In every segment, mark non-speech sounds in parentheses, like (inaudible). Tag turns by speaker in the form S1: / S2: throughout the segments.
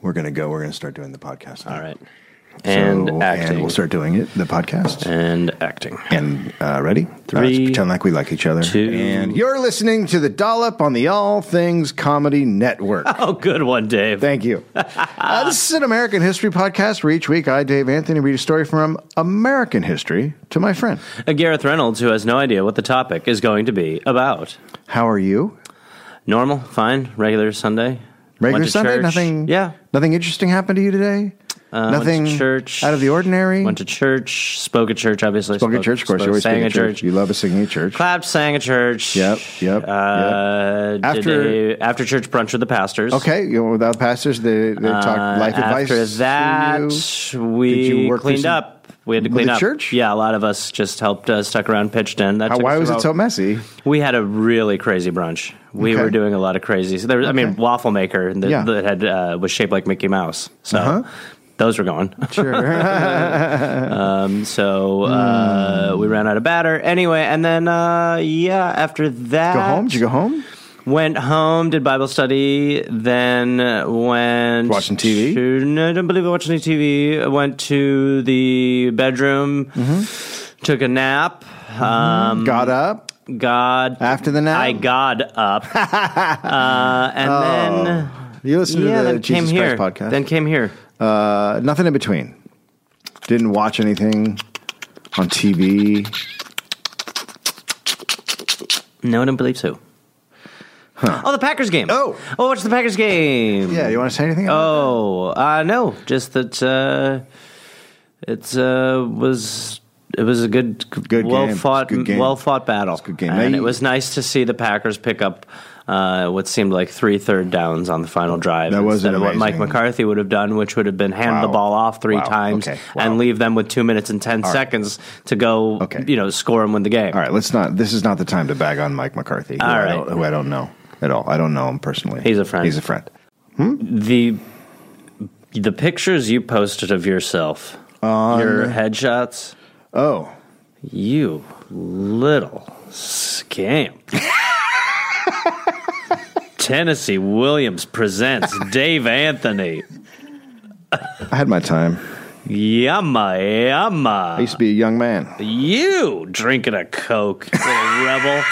S1: we're going to go. We're going to start doing the podcast.
S2: All right. And
S1: So-
S2: acting.
S1: And we'll start doing it, the podcast.
S2: And acting.
S1: And uh, ready? Three,
S2: Three,
S1: pretend like we like each other.
S2: two-
S1: and you're listening to the Dollop on the All Things Comedy
S2: (laughs)
S1: Network.
S2: Oh, good one, Dave.
S1: Thank you. Uh, this is an American history podcast where each week I, Dave Anthony, read a story from American history to my friend.
S2: Uh, Gareth Reynolds, who has no idea what the topic is going to be about.
S1: How are you?
S2: Normal, fine, regular Sunday.
S1: Regular
S2: Went to
S1: Sunday?
S2: church.
S1: Nothing.
S2: Yeah.
S1: Nothing interesting happened to you today.
S2: Uh, went to
S1: nothing
S2: church.
S1: out of the ordinary.
S2: Went to church. Spoke at church, obviously.
S1: Spoke at church, of course. you always
S2: sang
S1: speak
S2: at church.
S1: You love a singing at church.
S2: Clapped, sang at church.
S1: Yep, yep, yep.
S2: Uh,
S1: After-
S2: after after church brunch with the pastors.
S1: Okay, you know, without pastors, they, they talk life advice.
S2: Uh, After
S1: to you.
S2: that, we
S1: Did you work for
S2: cleaned
S1: some-
S2: up. We had to
S1: with
S2: clean
S1: the
S2: up.
S1: church?
S2: Yeah, a lot of us just helped, uh, stuck around, pitched in. That
S1: How-
S2: took
S1: why
S2: us
S1: was it
S2: about-
S1: so messy?
S2: We had a really crazy brunch. We
S1: Okay.
S2: were doing a lot of crazy. So there was, I mean,
S1: Okay.
S2: waffle maker that,
S1: Yeah. Uh-huh.
S2: that had uh, was shaped like Mickey Mouse. So those were gone.
S1: Sure.
S2: Um, so uh, we ran out of batter anyway, and then uh, yeah, after
S1: (laughs)
S2: that,
S1: go home. Did you go home?
S2: Went home, did Bible study, then went
S1: Watching TV?
S2: to- no, I don't believe I watched any TV. I went to the bedroom,
S1: Mm-hmm.
S2: took a nap. Um,
S1: Got up
S2: God,
S1: after the nap.
S2: I God up, uh,
S1: (laughs)
S2: and then
S1: you listened Oh.
S2: yeah,
S1: to the
S2: then
S1: Jesus
S2: came here.
S1: Christ podcast.
S2: Then came here.
S1: uh, nothing in between. Didn't watch anything on TV.
S2: No, I don't believe so. Oh, the Packers game.
S1: Oh.
S2: oh, watch the Packers game.
S1: Yeah, you want to say anything?
S2: Oh, uh, no, just that uh, it's uh, was it was a good,
S1: Good
S2: well
S1: game.
S2: fought,
S1: It's a good game.
S2: well fought battle.
S1: a good game.
S2: and
S1: Now
S2: it
S1: you-
S2: was nice to see the Packers pick up. Uh, what seemed like three third downs on the final drive.
S1: That was
S2: instead of what Mike
S1: amazing.
S2: McCarthy would have done, which would have been hand the
S1: Wow.
S2: ball off three
S1: Wow.
S2: times
S1: Okay. Wow.
S2: and leave them with two minutes and ten
S1: right.
S2: seconds to go.
S1: Okay.
S2: you know, score and win the game.
S1: All right, let's not. This is not the time to bag on Mike McCarthy, who,
S2: All
S1: I,
S2: right.
S1: don't, who I don't know at all. I don't know him personally.
S2: He's a friend.
S1: He's a friend.
S2: the the pictures you posted of yourself, your headshots,
S1: Oh,
S2: you little scamp. Tennessee Williams presents Dave Anthony.
S1: I had my time.
S2: Yumma,
S1: I
S2: yumma.
S1: used to be a young man.
S2: You drinking a Coke, little rebel.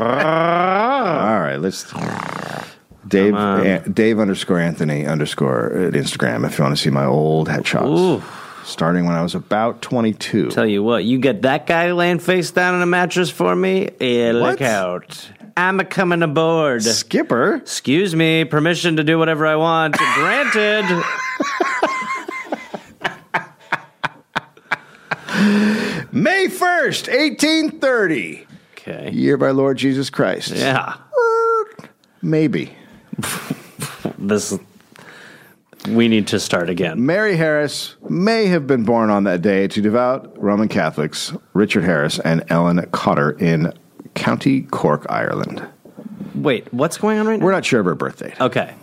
S1: All right, let's. Dave An- Dave underscore Anthony underscore at Instagram. If you want to see my old headshots,
S2: Ooh.
S1: starting when I was about twenty two.
S2: Tell you what, you get that guy laying face down on a mattress for me? Yeah,
S1: What?
S2: look out. I'm a coming aboard.
S1: Skipper,
S2: Excuse me, permission to do whatever I want. Granted.
S1: May first, eighteen thirty,
S2: Okay.
S1: year by Lord Jesus Christ. Uh,
S2: Yeah.
S1: Maybe
S2: This we need to start again.
S1: Mary Harris may have been born on that day to devout Roman Catholics Richard Harris and Ellen Cotter in County Cork, Ireland.
S2: Wait, what's going on right now?
S1: We're not sure of her birth date.
S2: Okay. (laughs)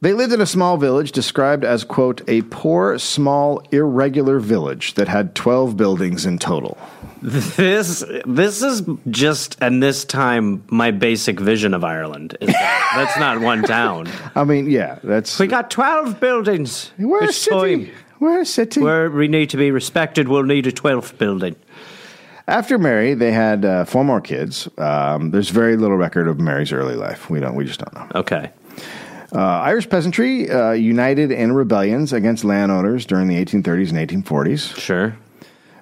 S1: They lived in a small village described as, quote, a poor, small, irregular village that had 12 buildings in total.
S2: This this is just and this time my basic vision of Ireland is (laughs) that that's not one town.
S1: I mean, yeah, that's.
S2: We got 12 buildings.
S1: We're a
S2: It's fine.
S1: city. We're a city.
S2: Where we need to be respected, we'll need a 12th building.
S1: After Mary, they had uh, four more kids. Um, there's very little record of Mary's early life. We don't. We just don't know.
S2: Okay.
S1: Uh, Irish peasantry uh, united in rebellions against landowners during the 1830s and 1840s.
S2: Sure.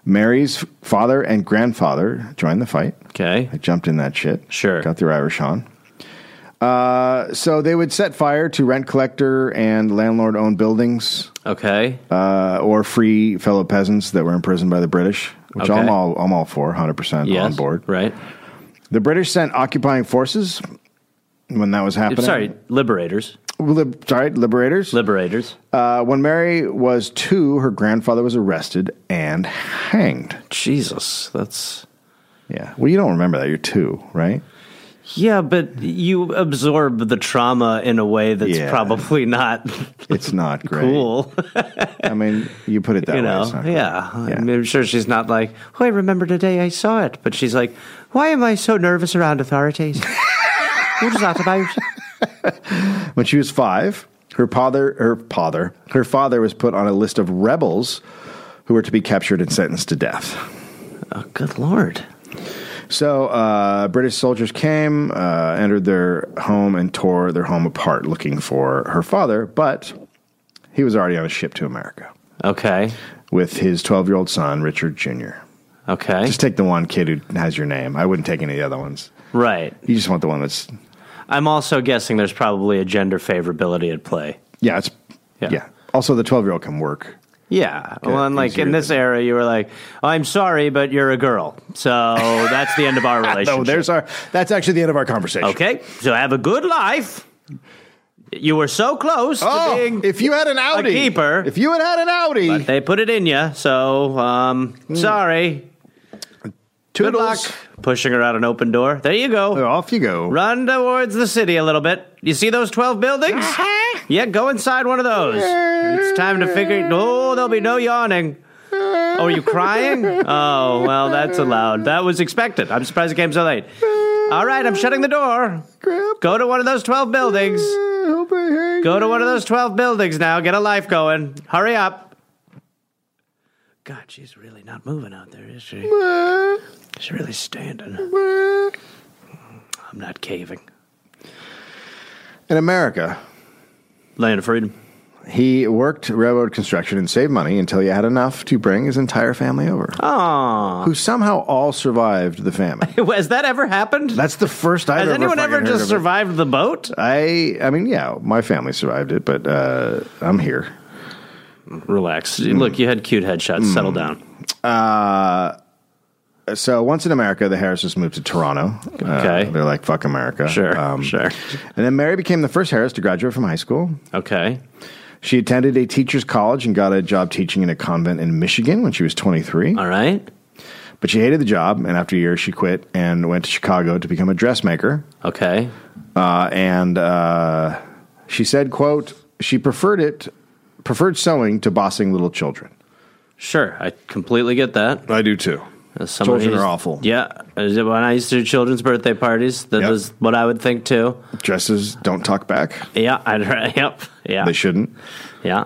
S1: Mary's father and grandfather joined the fight.
S2: Okay.
S1: I jumped in that shit.
S2: Sure.
S1: Got their Irish on. Uh, so they would set fire to rent collector and landlord owned buildings
S2: Okay.
S1: uh, or free fellow peasants that were imprisoned by the British, which
S2: Okay.
S1: I'm, all, I'm all for, 100%
S2: yes.
S1: on board.
S2: Right.
S1: The British sent occupying forces when that was happening.
S2: Sorry, liberators.
S1: Lib- sorry, liberators.
S2: Liberators.
S1: uh, when Mary was two, her grandfather was arrested and hanged.
S2: Jesus, that's
S1: Yeah. Well, you don't remember that. You're two, right?
S2: yeah, but you absorb the trauma in a way that's
S1: Yeah.
S2: probably not
S1: It's not great.
S2: cool.
S1: I mean, you put it that
S2: (laughs) you
S1: way.
S2: know,
S1: it's not great.
S2: yeah. I
S1: Yeah.
S2: mean, I'm sure she's not like, oh, I remember the day I saw (laughs) it, but she's like, why am I so nervous around authorities? what is that about?
S1: when she was five, her father, her father, her father was put on a list of rebels who were to be captured and sentenced to death.
S2: Oh, good lord.
S1: So uh, British soldiers came, uh, entered their home, and tore their home apart looking for her father, but he was already on a ship to America
S2: Okay.
S1: with his 12 year old son, Richard Jr.
S2: Okay.
S1: Just take the one kid who has your name. I wouldn't take any of the other ones.
S2: right.
S1: You just want the one that's,
S2: I'm also guessing there's probably a gender favorability at play.
S1: yeah, it's,
S2: Yeah.
S1: yeah. Also, the 12 year old can work.
S2: Yeah. Well, and like
S1: easier
S2: in this era, you were like, I'm sorry, but you're a girl. So that's the end of our (laughs) relationship.
S1: Oh, there's our, that's actually the end of our conversation.
S2: Okay. So have a good life. You were so close to
S1: Oh,
S2: being.
S1: if you had an Audi,
S2: keeper.
S1: If you had had an Audi,
S2: They put it in you. So, um, sorry. Good luck. Uh,
S1: toodles,
S2: Pushing her out an open door. There you go.
S1: off you go.
S2: Run towards the city a little bit. You see those 12 buildings? Yeah, go inside one of those. It's time to figure. Oh, there'll be no yawning. Oh, are you crying? Oh, well, that's allowed. That was expected. I'm surprised it came so late. All right, I'm shutting the door. Go to one of those 12 buildings. Go to one of those 12 buildings now. Get a life going. Hurry up. God, she's really not moving out there, is she? She's really standing. I'm not caving.
S1: In America,
S2: Land of freedom.
S1: he worked railroad construction and saved money until he had enough to bring his entire family over,
S2: Aww.
S1: who somehow all survived the famine.
S2: (laughs) Has that ever
S1: (laughs)
S2: happened?
S1: That's the first I've
S2: Has
S1: ever
S2: anyone
S1: fucking
S2: ever
S1: heard
S2: just
S1: of it.
S2: survived the boat?
S1: I, I mean, yeah, my family survived it, but uh, I'm here.
S2: Relax.
S1: Mm.
S2: Look, you had cute headshots. Settle down.
S1: So once in America, the Harrises moved to Toronto. Uh,
S2: Okay.
S1: they're like fuck America.
S2: Sure,
S1: Um,
S2: sure.
S1: And then Mary became the first Harris to graduate from high school.
S2: Okay.
S1: She attended a teacher's college and got a job teaching in a convent in Michigan when she was 23.
S2: All right.
S1: But she hated the job, and after a year, she quit and went to Chicago to become a dressmaker.
S2: Okay.
S1: Uh, and uh, she said, "quote She preferred it, preferred sewing to bossing little children.
S2: Sure. I completely get that.
S1: I do too.
S2: As someone
S1: Children
S2: who's-
S1: are awful.
S2: Yeah. As- When I used to do children's birthday parties, that
S1: Yep.
S2: was what I would think too.
S1: Dresses don't talk back.
S2: Yeah. (laughs) I'd, yep. Yeah.
S1: They shouldn't."
S2: yeah.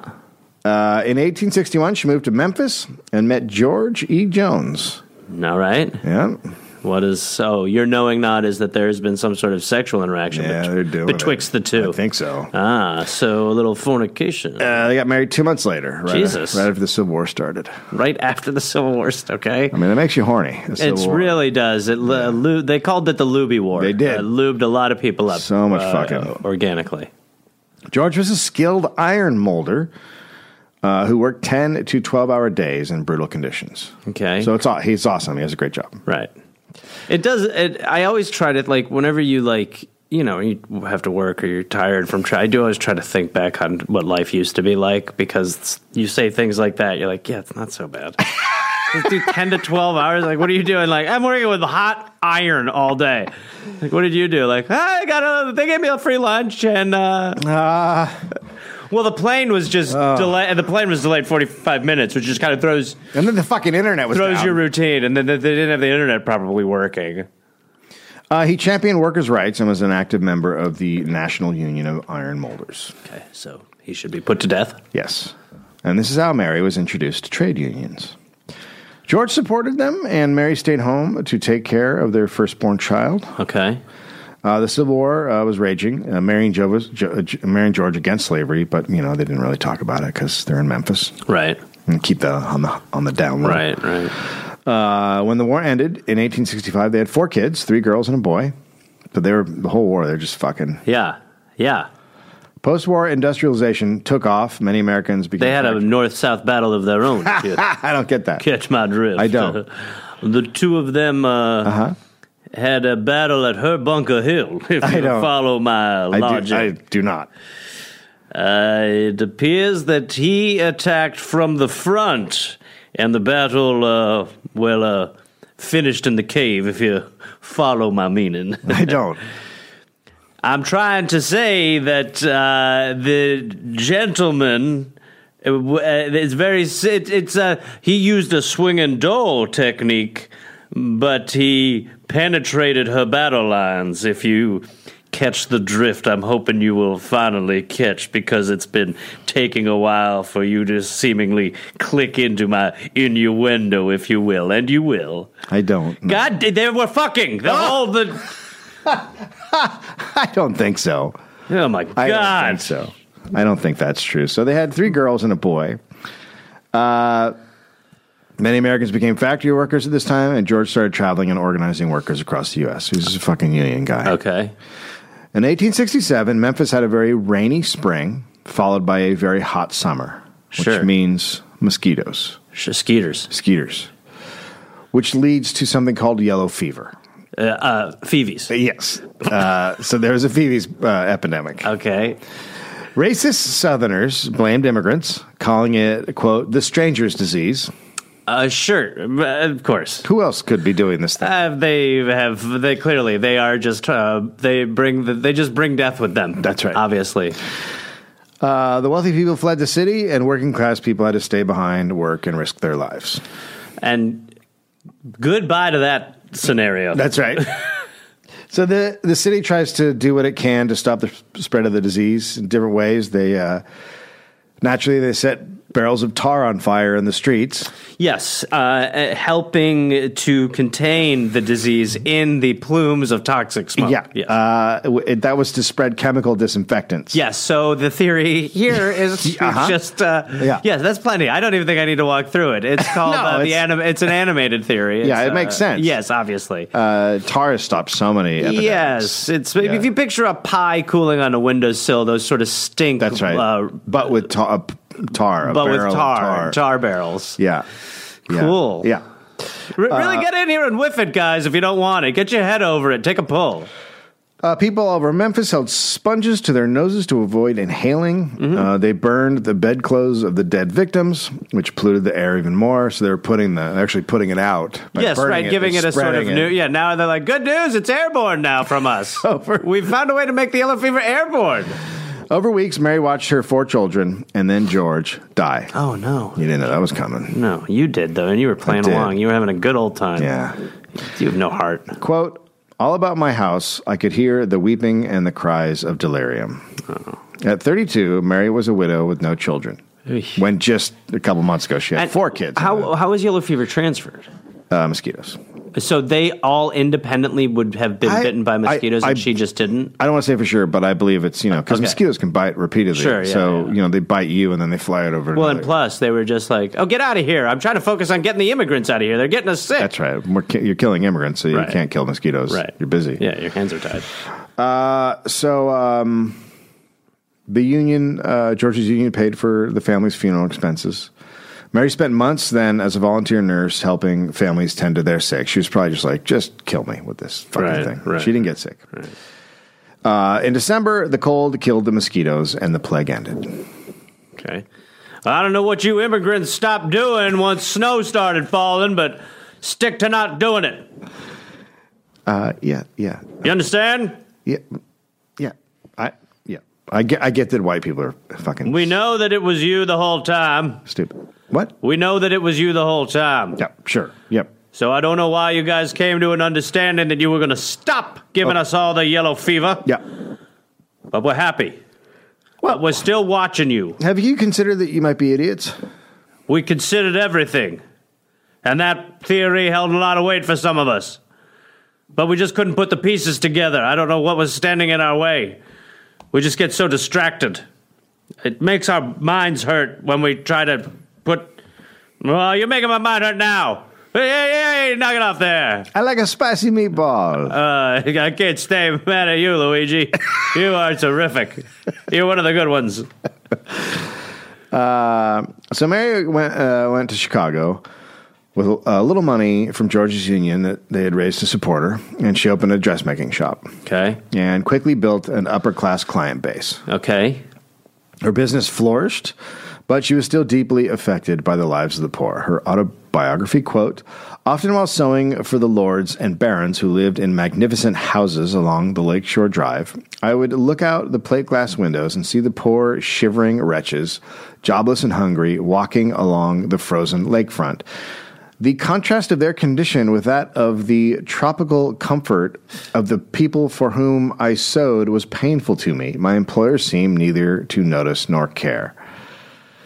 S1: Uh, in 1861, she moved to Memphis and met George E. Jones.
S2: All right.
S1: Yeah,
S2: What is so? Your knowing not is that there has been some sort of sexual interaction
S1: Yeah,
S2: betw-
S1: they're doing
S2: betwixt
S1: it.
S2: the two.
S1: I think so.
S2: Ah, so a little fornication
S1: Uh, they got married two months later, right,
S2: Jesus.
S1: right after the Civil War started.
S2: right after the Civil War. Okay.
S1: I mean, it makes you horny. the Civil
S2: It
S1: War.
S2: really does. It lu- lu- they called it the Luby War.
S1: They did.
S2: It lubed a lot of people up. uh,
S1: So much fucking.
S2: organically.
S1: George was a skilled iron molder uh, who worked 10 to 12 hour days in brutal conditions.
S2: Okay.
S1: So it's aw- he's awesome. He has a great job.
S2: right. It does. It, I always try to like whenever you like you know you have to work or you're tired from try. I do always try to think back on what life used to be like because you say things like that. You're like, yeah, it's not so bad. (laughs) Let's do ten to twelve hours. Like, what are you doing? Like, I'm working with hot iron all day. Like, what did you do? Like, I got a. They gave me a free lunch and. uh
S1: Ah.
S2: Well, the plane was just
S1: Oh.
S2: delayed. The plane was delayed forty-five minutes, which just kind of throws
S1: And then the fucking internet was
S2: throws
S1: down.
S2: your routine, and then they they didn't have the internet properly working.
S1: uh, he championed workers' rights and was an active member of the National Union of Iron Molders.
S2: Okay, so he should be put to death.
S1: Yes. And this is how Mary was introduced to trade unions. George supported them, and Mary stayed home to take care of their firstborn child.
S2: Okay,
S1: Uh, the Civil War uh, was raging. Uh, Mary, and Joe was, jo- uh, J- Mary and George against slavery, but you know they didn't really talk about it because they're in Memphis.
S2: right,
S1: and keep that on the on the down low.
S2: right, right.
S1: Uh, when the war ended in 1865, they had four kids, three girls and a boy. But they were the whole war. They're just fucking.
S2: Yeah, yeah.
S1: Post-war industrialization took off. Many Americans became.
S2: They had a
S1: fact-
S2: north-south battle of their (laughs) own. if you
S1: (laughs) I don't get that.
S2: Catch my drift.
S1: I Uh-huh. don't.
S2: (laughs) the two of them uh, had a battle at her bunker hill. (laughs) If
S1: I
S2: you
S1: don't.
S2: follow my
S1: I
S2: logic.
S1: do, I do not.
S2: Uh, it appears that he attacked from the front, and the battle, uh, well, uh, finished in the cave, if you follow my meaning. (laughs)
S1: I don't.
S2: I'm trying to say that uh, the gentleman. uh, w- uh, It's very. s- It, it's uh, he used a swing and dole technique, but he penetrated her battle lines. If you catch the drift I'm hoping you will finally catch because it's been taking a while for you to seemingly click into my innuendo, if you will, and you will.
S1: I
S2: (laughs)
S1: don't. know.
S2: God, they were fucking the whole the.
S1: I don't think so.
S2: Oh my
S1: I don't
S2: god!
S1: think so. I don't think that's true. So they had three girls and a boy. Uh, many Americans became factory workers at this time, and George started traveling and organizing workers across the U.S. He was a fucking union guy.
S2: Okay.
S1: In 1867, Memphis had a very rainy spring, followed by a very hot summer, which
S2: Sure.
S1: means mosquitoes,
S2: Sh- Skeeters.
S1: skeeters, which leads to something called yellow fever.
S2: Uh, uh, Phoebe's.
S1: Yes. Uh, so there was a Phoebe's uh, epidemic.
S2: Okay.
S1: Racist Southerners blamed immigrants, calling it, quote, the stranger's disease.
S2: Uh, sure. Uh, Of course.
S1: Who else could be doing this thing?
S2: Uh, they have they clearly they are just uh, they bring the, they just bring death with them.
S1: That's right.
S2: Obviously.
S1: Uh, the wealthy people fled the city, and working class people had to stay behind, work, and risk their lives.
S2: And goodbye to that scenario.
S1: That's right. (laughs) so the the city tries to do what it can to stop the spread of the disease in different ways. They uh, naturally they set barrels of tar on fire in the streets.
S2: yes, uh, uh, helping to contain the disease in the plumes of toxic smoke. Yes.
S1: Uh, w- it, that was to spread chemical disinfectants.
S2: Yes, so the theory here is
S1: (laughs) Uh-huh.
S2: just uh,
S1: Yeah.
S2: yeah. Yes, that's plenty. I don't even think I need to walk through
S1: (laughs)
S2: it. It's called
S1: No,
S2: uh, the
S1: it's-
S2: anim- It's an animated theory.
S1: Yeah,
S2: It's,
S1: it makes
S2: uh,
S1: sense.
S2: Yes, obviously.
S1: Uh, tar has stopped so many. Epidemics.
S2: Yes, it's
S1: Yeah.
S2: if you picture a pie cooling on a windowsill, those sort of stink.
S1: that's right.
S2: uh,
S1: but with tar, a p- tar a
S2: but with
S1: barrel
S2: tar,
S1: of
S2: tar, barrels.
S1: Yeah. Yeah.
S2: Cool.
S1: Yeah.
S2: Re-
S1: Uh,
S2: really get in here and whiff it, guys. If you don't want it, get your head over it. Take a pull.
S1: Uh, people all over Memphis held sponges to their noses to avoid inhaling.
S2: Mm-hmm.
S1: Uh, they burned the bedclothes of the dead victims, which polluted the air even more. So they were putting the they're actually putting it out. by
S2: yes,
S1: burning
S2: right. Giving
S1: and
S2: it a sort of
S1: spreading
S2: new.
S1: it.
S2: Yeah. Now they're like, good news. It's airborne now from us.
S1: (laughs) Over.
S2: We found a way to make the yellow fever airborne.
S1: Over weeks, Mary watched her four children and then George die.
S2: Oh no.
S1: You didn't know that was coming.
S2: No, you did though, and you were playing
S1: did.
S2: along. You were having a good old time.
S1: Yeah.
S2: You have no heart.
S1: Quote. All about my house, I could hear the weeping and the cries of delirium.
S2: Oh.
S1: At 32, Mary was a widow with no children.
S2: Eesh.
S1: When just a couple months ago, she had
S2: And
S1: four kids.
S2: How how was yellow fever transferred?
S1: uh, mosquitoes.
S2: So they all independently would have been
S1: I-
S2: bitten by mosquitoes,
S1: I-
S2: and
S1: I-
S2: she just didn't.
S1: I don't want to say for sure, but I believe it's you know because
S2: Okay.
S1: mosquitoes can bite repeatedly.
S2: Sure, yeah,
S1: so
S2: yeah.
S1: you know they bite you and then they fly out over.
S2: Well,
S1: another-
S2: and plus they were just like, "Oh, get out of here! I'm trying to focus on getting the immigrants out of here. They're getting us sick."
S1: that's right. We're, ki- you're killing immigrants, so
S2: Right.
S1: you can't kill mosquitoes.
S2: Right.
S1: You're busy.
S2: Yeah, your hands are tied.
S1: So um, the union, uh, George's union, paid for the family's funeral expenses. Mary spent months then as a volunteer nurse helping families tend to their sick. She was probably just like, just kill me with this fucking
S2: Right,
S1: thing.
S2: right.
S1: She didn't get sick. Uh, in December, the cold killed the mosquitoes and the plague ended.
S2: Okay. I don't know what you immigrants stopped doing once snow started falling, but stick to not doing it.
S1: Uh, yeah, yeah.
S2: You understand?
S1: Yeah, yeah. I yeah. I get. I get that white people are fucking
S2: We know that it was you the whole time.
S1: stupid. What?
S2: We know that it was you the whole time.
S1: Yeah. Sure. Yep.
S2: So I don't know why you guys came to an understanding that you were going to stop giving us all the yellow fever.
S1: Yeah.
S2: But we're happy. Well, we're still watching you.
S1: Have you considered that you might be idiots?
S2: We considered everything. And that theory held a lot of weight for some of us. But we just couldn't put the pieces together. I don't know what was standing in our way. We just get so distracted. It makes our minds hurt when we try to put. Well, you're making my mind hurt now. Hey, hey, hey, knock it off there.
S1: I like a spicy meatball.
S2: Uh, (laughs) I can't stay mad at you, Luigi. You are terrific. You're one of the good ones.
S1: Uh, so Mary went uh, went to Chicago with a little money from George's union that they had raised to support her, and she opened a dressmaking shop
S2: Okay.
S1: and quickly built an upper class client base.
S2: Okay.
S1: Her business flourished, but she was still deeply affected by the lives of the poor. Her autobiography quote, often while sewing for the lords and barons who lived in magnificent houses along the lakeshore drive, I would look out the plate glass windows and see the poor, shivering wretches, jobless and hungry, walking along the frozen lakefront. The contrast of their condition with that of the tropical comfort of the people for whom I sewed was painful to me. My employer seemed neither to notice nor care.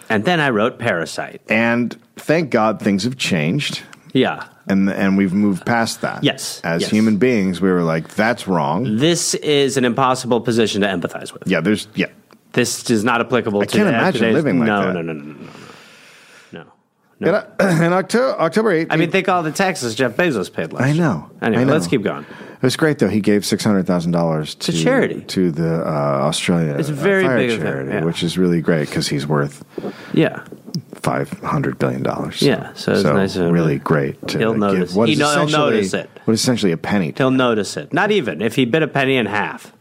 S2: And then I wrote Parasite.
S1: And thank God things have changed.
S2: Yeah.
S1: And, and we've moved past that.
S2: Yes,
S1: As
S2: yes.
S1: human beings, we were like, that's wrong.
S2: This is an impossible position to empathize with.
S1: Yeah, there's, yeah.
S2: This is not applicable I to
S1: can't
S2: to
S1: imagine
S2: today's-
S1: living like
S2: no,
S1: that.
S2: No, no, no, no, no, no. No.
S1: uh, (clears throat) In, October, October 8th,
S2: I mean, think all the taxes Jeff Bezos paid last
S1: I
S2: year.
S1: know.
S2: Anyway,
S1: I know.
S2: let's keep going.
S1: It was great though. He gave six hundred thousand dollars to
S2: charity.
S1: to the uh, Australia. It's
S2: a very
S1: fire
S2: big event,
S1: charity,
S2: yeah.
S1: which is really great because he's worth
S2: Yeah.
S1: five hundred billion dollars.
S2: Yeah, so it's nice of him.
S1: really great. To
S2: He'll
S1: give
S2: notice.
S1: What
S2: He
S1: is
S2: know- he'll
S1: essentially-
S2: notice it.
S1: What is essentially a penny.
S2: He'll notice it. Not even if he bit a penny in half.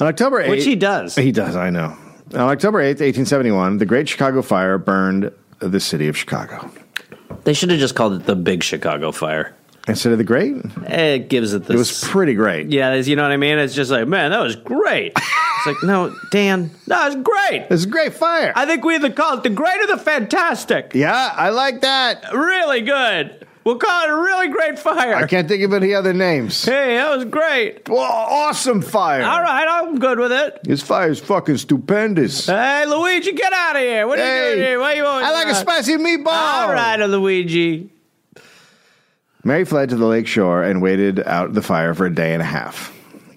S1: On October 8th,
S2: Which he does.
S1: He does. I know. On October eighth, eighteen seventy one, the Great Chicago Fire burned the city of Chicago.
S2: They should have just called it the Big Chicago Fire.
S1: Instead of the Great, it
S2: It gives it this.
S1: was pretty great.
S2: yeah, it's- you know what I mean. It's just like, man, that was great. it's like, no, Dan, that was great.
S1: It was a great fire.
S2: I think we either call it the great or the fantastic.
S1: yeah, I like that.
S2: Really good. We'll call it a really great fire.
S1: I can't think of any other names.
S2: Hey, that was great.
S1: Well, awesome fire.
S2: All right, I'm good with it.
S1: This fire is fucking stupendous.
S2: Hey, Luigi, get out of here. What are you doing here? Why you always
S1: I like a Oh.
S2: around?
S1: spicy meatball.
S2: All right, Luigi.
S1: Mary fled to the lake shore and waited out the fire for a day and a half.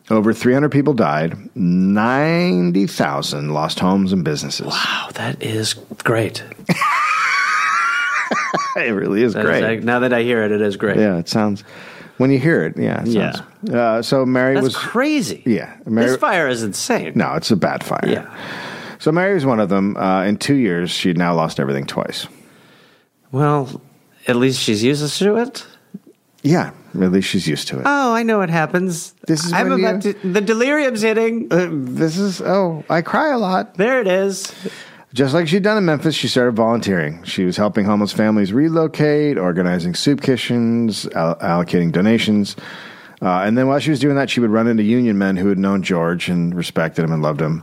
S1: Over 300 people died. 90,000 lost homes and businesses.
S2: Wow, Oh, that is great.
S1: (laughs) It really is
S2: That is
S1: great.
S2: like- now that I hear it, it is great.
S1: yeah, it sounds. When you hear it, yeah, it
S2: Yeah.
S1: sounds. Uh, so Mary
S2: That's
S1: was.
S2: crazy.
S1: yeah. Mary,
S2: this fire is insane.
S1: no, it's a bad fire.
S2: Yeah.
S1: So Mary was one of them. Uh, in two years, she'd now lost everything twice.
S2: Well, at least she's used us to it.
S1: Yeah, at least she's used to it.
S2: Oh, I know what happens.
S1: This is
S2: I'm
S1: when
S2: about
S1: you-
S2: to. The delirium's hitting.
S1: Uh, this is. Oh, I cry a lot.
S2: There it is.
S1: Just like she'd done in Memphis, she started volunteering. She was helping homeless families relocate, organizing soup kitchens, al- allocating donations. Uh, and then while she was doing that, she would run into union men who had known George and respected him and loved him.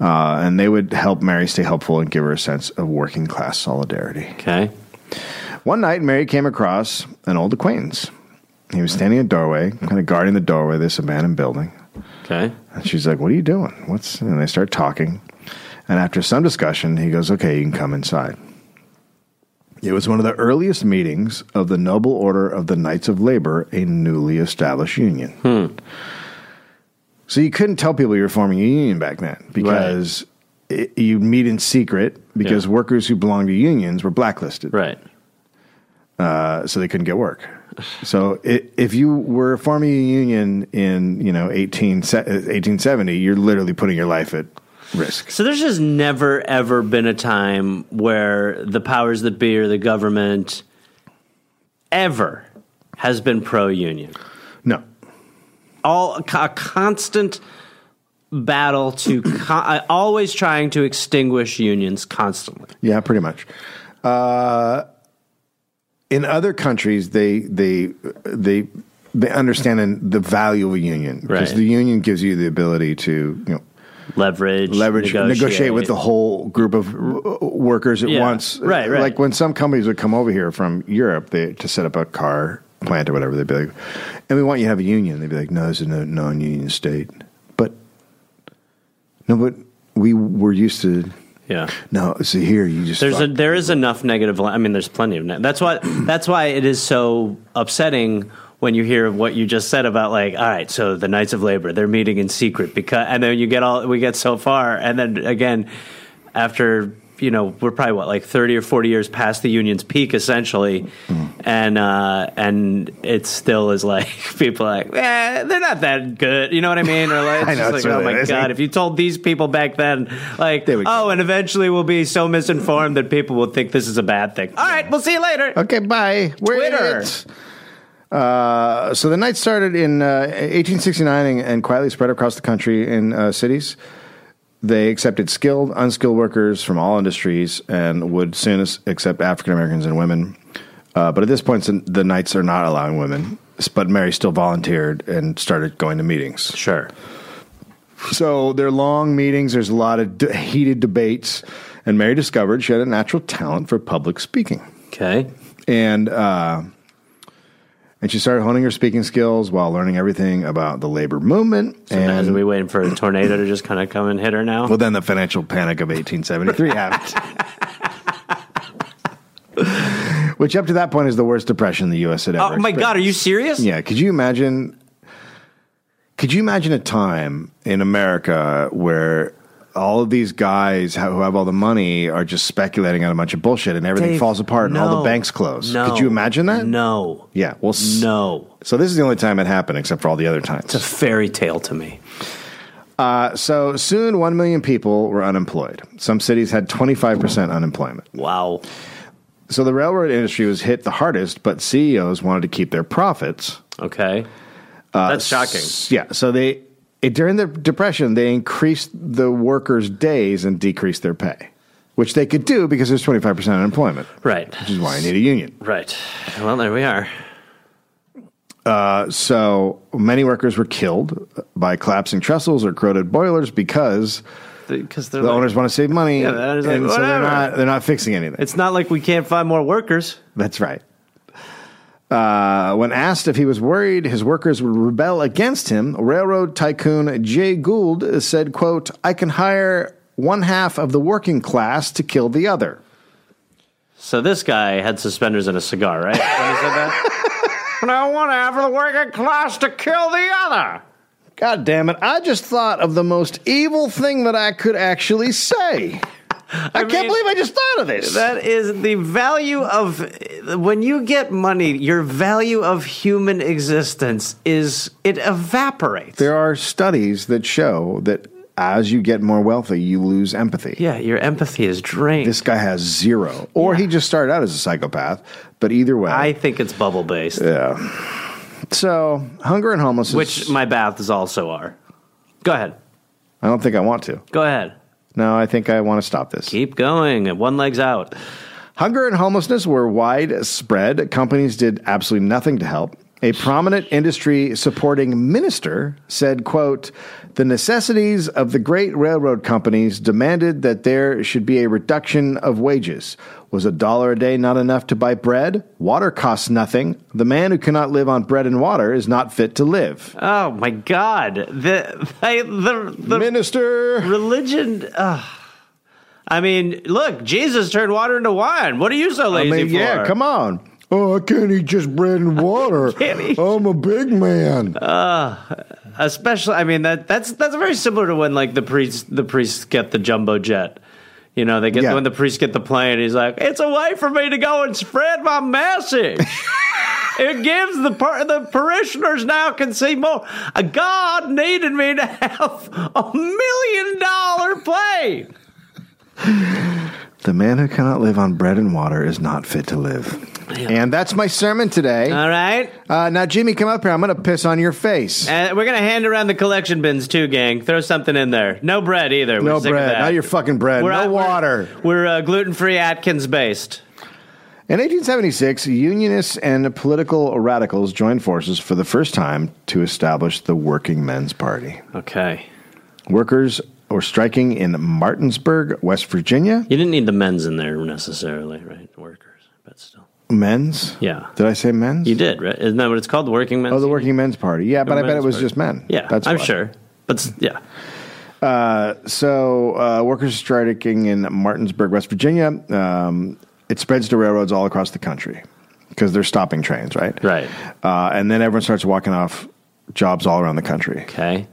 S1: Uh, and they would help Mary stay helpful and give her a sense of working class solidarity.
S2: Okay.
S1: One night, Mary came across an old acquaintance. He was standing in a doorway, kind of guarding the doorway of this abandoned building.
S2: Okay.
S1: And she's like, "What are you doing? What's?" And they start talking. And after some discussion, he goes, "Okay, you can come inside." It was one of the earliest meetings of the Noble Order of the Knights of Labor, a newly established union. So you couldn't tell people you were forming a union back then because it, you meet in secret because
S2: Yeah.
S1: workers who belonged to unions were blacklisted
S2: Right.
S1: so they couldn't get work. So i if you were forming a union in you know 18, se- 1870, you're literally putting your life at risk.
S2: So there's just never ever been a time where the powers that be or the government ever has been pro union.
S1: No,
S2: All a constant battle to con- always trying to extinguish unions constantly.
S1: yeah, pretty much. Uh, in other countries, they they they they understand in- the value of a union because
S2: Right.
S1: the union gives you the ability to you know
S2: Leverage,
S1: leverage negotiate. with the whole group of uh, workers at
S2: Yeah.
S1: once.
S2: Right, right.
S1: Like when some companies would come over here from Europe they, to set up a car plant or whatever, they'd be like, "And we want you to have a union." They'd be like, "No, this is a non-union state." But no, but we were used to.
S2: yeah.
S1: No, so here you just
S2: There's a,
S1: fuck.
S2: there is enough negative. la- I mean, there's plenty of. Ne- that's why that's why it is so upsetting when you hear what you just said about like, all right, so the Knights of Labor they're meeting in secret because, and then you get all we get so far, and then again, after you know we're probably what like 30 or 40 years past the union's peak essentially,
S1: Hmm.
S2: and uh, and it still is like (laughs) people are like, eh, they're not that good, you know what I mean? Or like,
S1: (laughs)
S2: it's
S1: I know,
S2: just
S1: it's
S2: like,
S1: really
S2: oh my
S1: amazing.
S2: god, if you told these people back then, like,
S1: They would
S2: oh, and eventually we'll be so misinformed that people will think this is a bad thing. All right, we'll see you later.
S1: Okay, bye. We're
S2: Twitter.
S1: idiots. Uh, so the night started in uh, 1869 and, and quietly spread across the country in uh, cities. They accepted skilled, unskilled workers from all industries and would soon as- accept African Americans and women. Uh, but at this point, the- the Knights are not allowing women. But Mary still volunteered and started going to meetings.
S2: Sure.
S1: So they're long meetings. There's a lot of d- heated debates. And Mary discovered she had a natural talent for public speaking
S2: Okay.
S1: and uh, and she started honing her speaking skills while learning everything about the labor movement.
S2: As
S1: and
S2: we waiting for a tornado to just kind of come and hit her now.
S1: well, then the financial panic of 1873
S2: (laughs)
S1: happened. Which up to that point is the worst depression the U.S. had ever.
S2: Oh my
S1: experienced.
S2: god, are you serious?
S1: Yeah, could you imagine? Could you imagine a time in America where all of these guys ha- who have all the money are just speculating on a bunch of bullshit and everything
S2: Dave,
S1: falls apart and all
S2: no.
S1: the banks close?
S2: No.
S1: Could you imagine that?
S2: No.
S1: Yeah. Well, s-
S2: No.
S1: So this is the only time it happened, except for all the other times.
S2: It's a fairy tale to me.
S1: Uh, so soon, one million people were unemployed. Some cities had twenty-five percent unemployment.
S2: Wow.
S1: So the railroad industry was hit the hardest, but CEOs wanted to keep their profits.
S2: Okay. That's shocking.
S1: Uh, S- Yeah. So they it, during the depression they increased the workers' days and decreased their pay, which they could do because there's 25 percent unemployment,
S2: Right.
S1: which is why you need a union.
S2: Right. Well, there we are.
S1: Uh, so many workers were killed by collapsing trestles or corroded boilers because
S2: Because they're
S1: the
S2: like-
S1: owners want to save money,
S2: Yeah, that is like,
S1: and so they're
S2: whatever.
S1: not they're not fixing anything.
S2: It's not like we can't find more workers.
S1: That's right. Uh, when asked if he was worried his workers would rebel against him, railroad tycoon Jay Gould said, quote, I can hire one half of the working class to kill the other.
S2: So this guy had suspenders and a cigar, right? When he said that? and I want to have the working class to kill the other.
S1: God damn it. I just thought of the most evil thing that I could actually
S2: (laughs)
S1: say. I, can't
S2: mean-
S1: believe I just thought of this.
S2: That is the value of when you get money, your value of human existence is it evaporates.
S1: there are studies that show that as you get more wealthy, you lose empathy.
S2: yeah, your empathy is drained.
S1: This guy has zero. Or he just started out as a psychopath, but either way.
S2: I think it's bubble based,
S1: So hunger and homelessness.
S2: which my baths also are. Go ahead.
S1: I don't think I want to.
S2: Go ahead.
S1: No, I think I want to stop this.
S2: Keep going. One leg's out.
S1: Hunger and homelessness were widespread. Companies did absolutely nothing to help. A prominent industry supporting minister said, quote, the necessities of the great railroad companies demanded that there should be a reduction of wages. Was a dollar a day not enough to buy bread? Water costs nothing. The man who cannot live on bread and water is not fit to live.
S2: Oh my God. The I, the, the
S1: Minister!
S2: religion. Uh, I mean, look, Jesus turned water into wine. What are you so
S1: I
S2: lazy
S1: mean,
S2: for?
S1: yeah, come on. Oh, I can't eat just bread
S2: (laughs)
S1: and water.
S2: can't eat-
S1: I'm a big man.
S2: Especially, I mean that that's that's very similar to when like the priest the priests get the jumbo jet. You know, they get
S1: Yeah.
S2: when the priests get the plane. He's like, it's a way for me to go and spread my message.
S1: (laughs)
S2: It gives the par- the parishioners now can see more. Uh, God needed me to have a million dollar plane.
S1: the man who cannot live on bread and water is not fit to live. And that's my sermon today.
S2: All right,
S1: Uh, now, Jimmy, come up here. I'm going to piss on your face.
S2: And we're gonna hand around the collection bins too, gang. Throw something in there. No bread either. We're
S1: No
S2: sick of
S1: bread.
S2: that.
S1: Not your fucking bread.
S2: We're
S1: no
S2: out- we're-
S1: water.
S2: We're, uh, gluten free, Atkins based.
S1: In 1876, unionists and political radicals joined forces for the first time to establish the Working Men's Party.
S2: Okay.
S1: Workers were striking in Martinsburg, West Virginia.
S2: You didn't need the men's in there necessarily, right? Workers, but still.
S1: Men's?
S2: Yeah.
S1: Did I say men's?
S2: You did, right? Isn't that what it's called? The working men's?
S1: Oh, the Working Men's Party. Yeah, but I bet it
S2: Men's
S1: was
S2: Party.
S1: just men.
S2: Yeah,
S1: That's
S2: I'm
S1: why.
S2: sure. But s- yeah.
S1: So, uh, workers striking in Martinsburg, West Virginia. Um, it spreads to railroads all across the country because they're stopping trains, right?
S2: Right.
S1: Uh, and then everyone starts walking off jobs all around the country.
S2: Okay.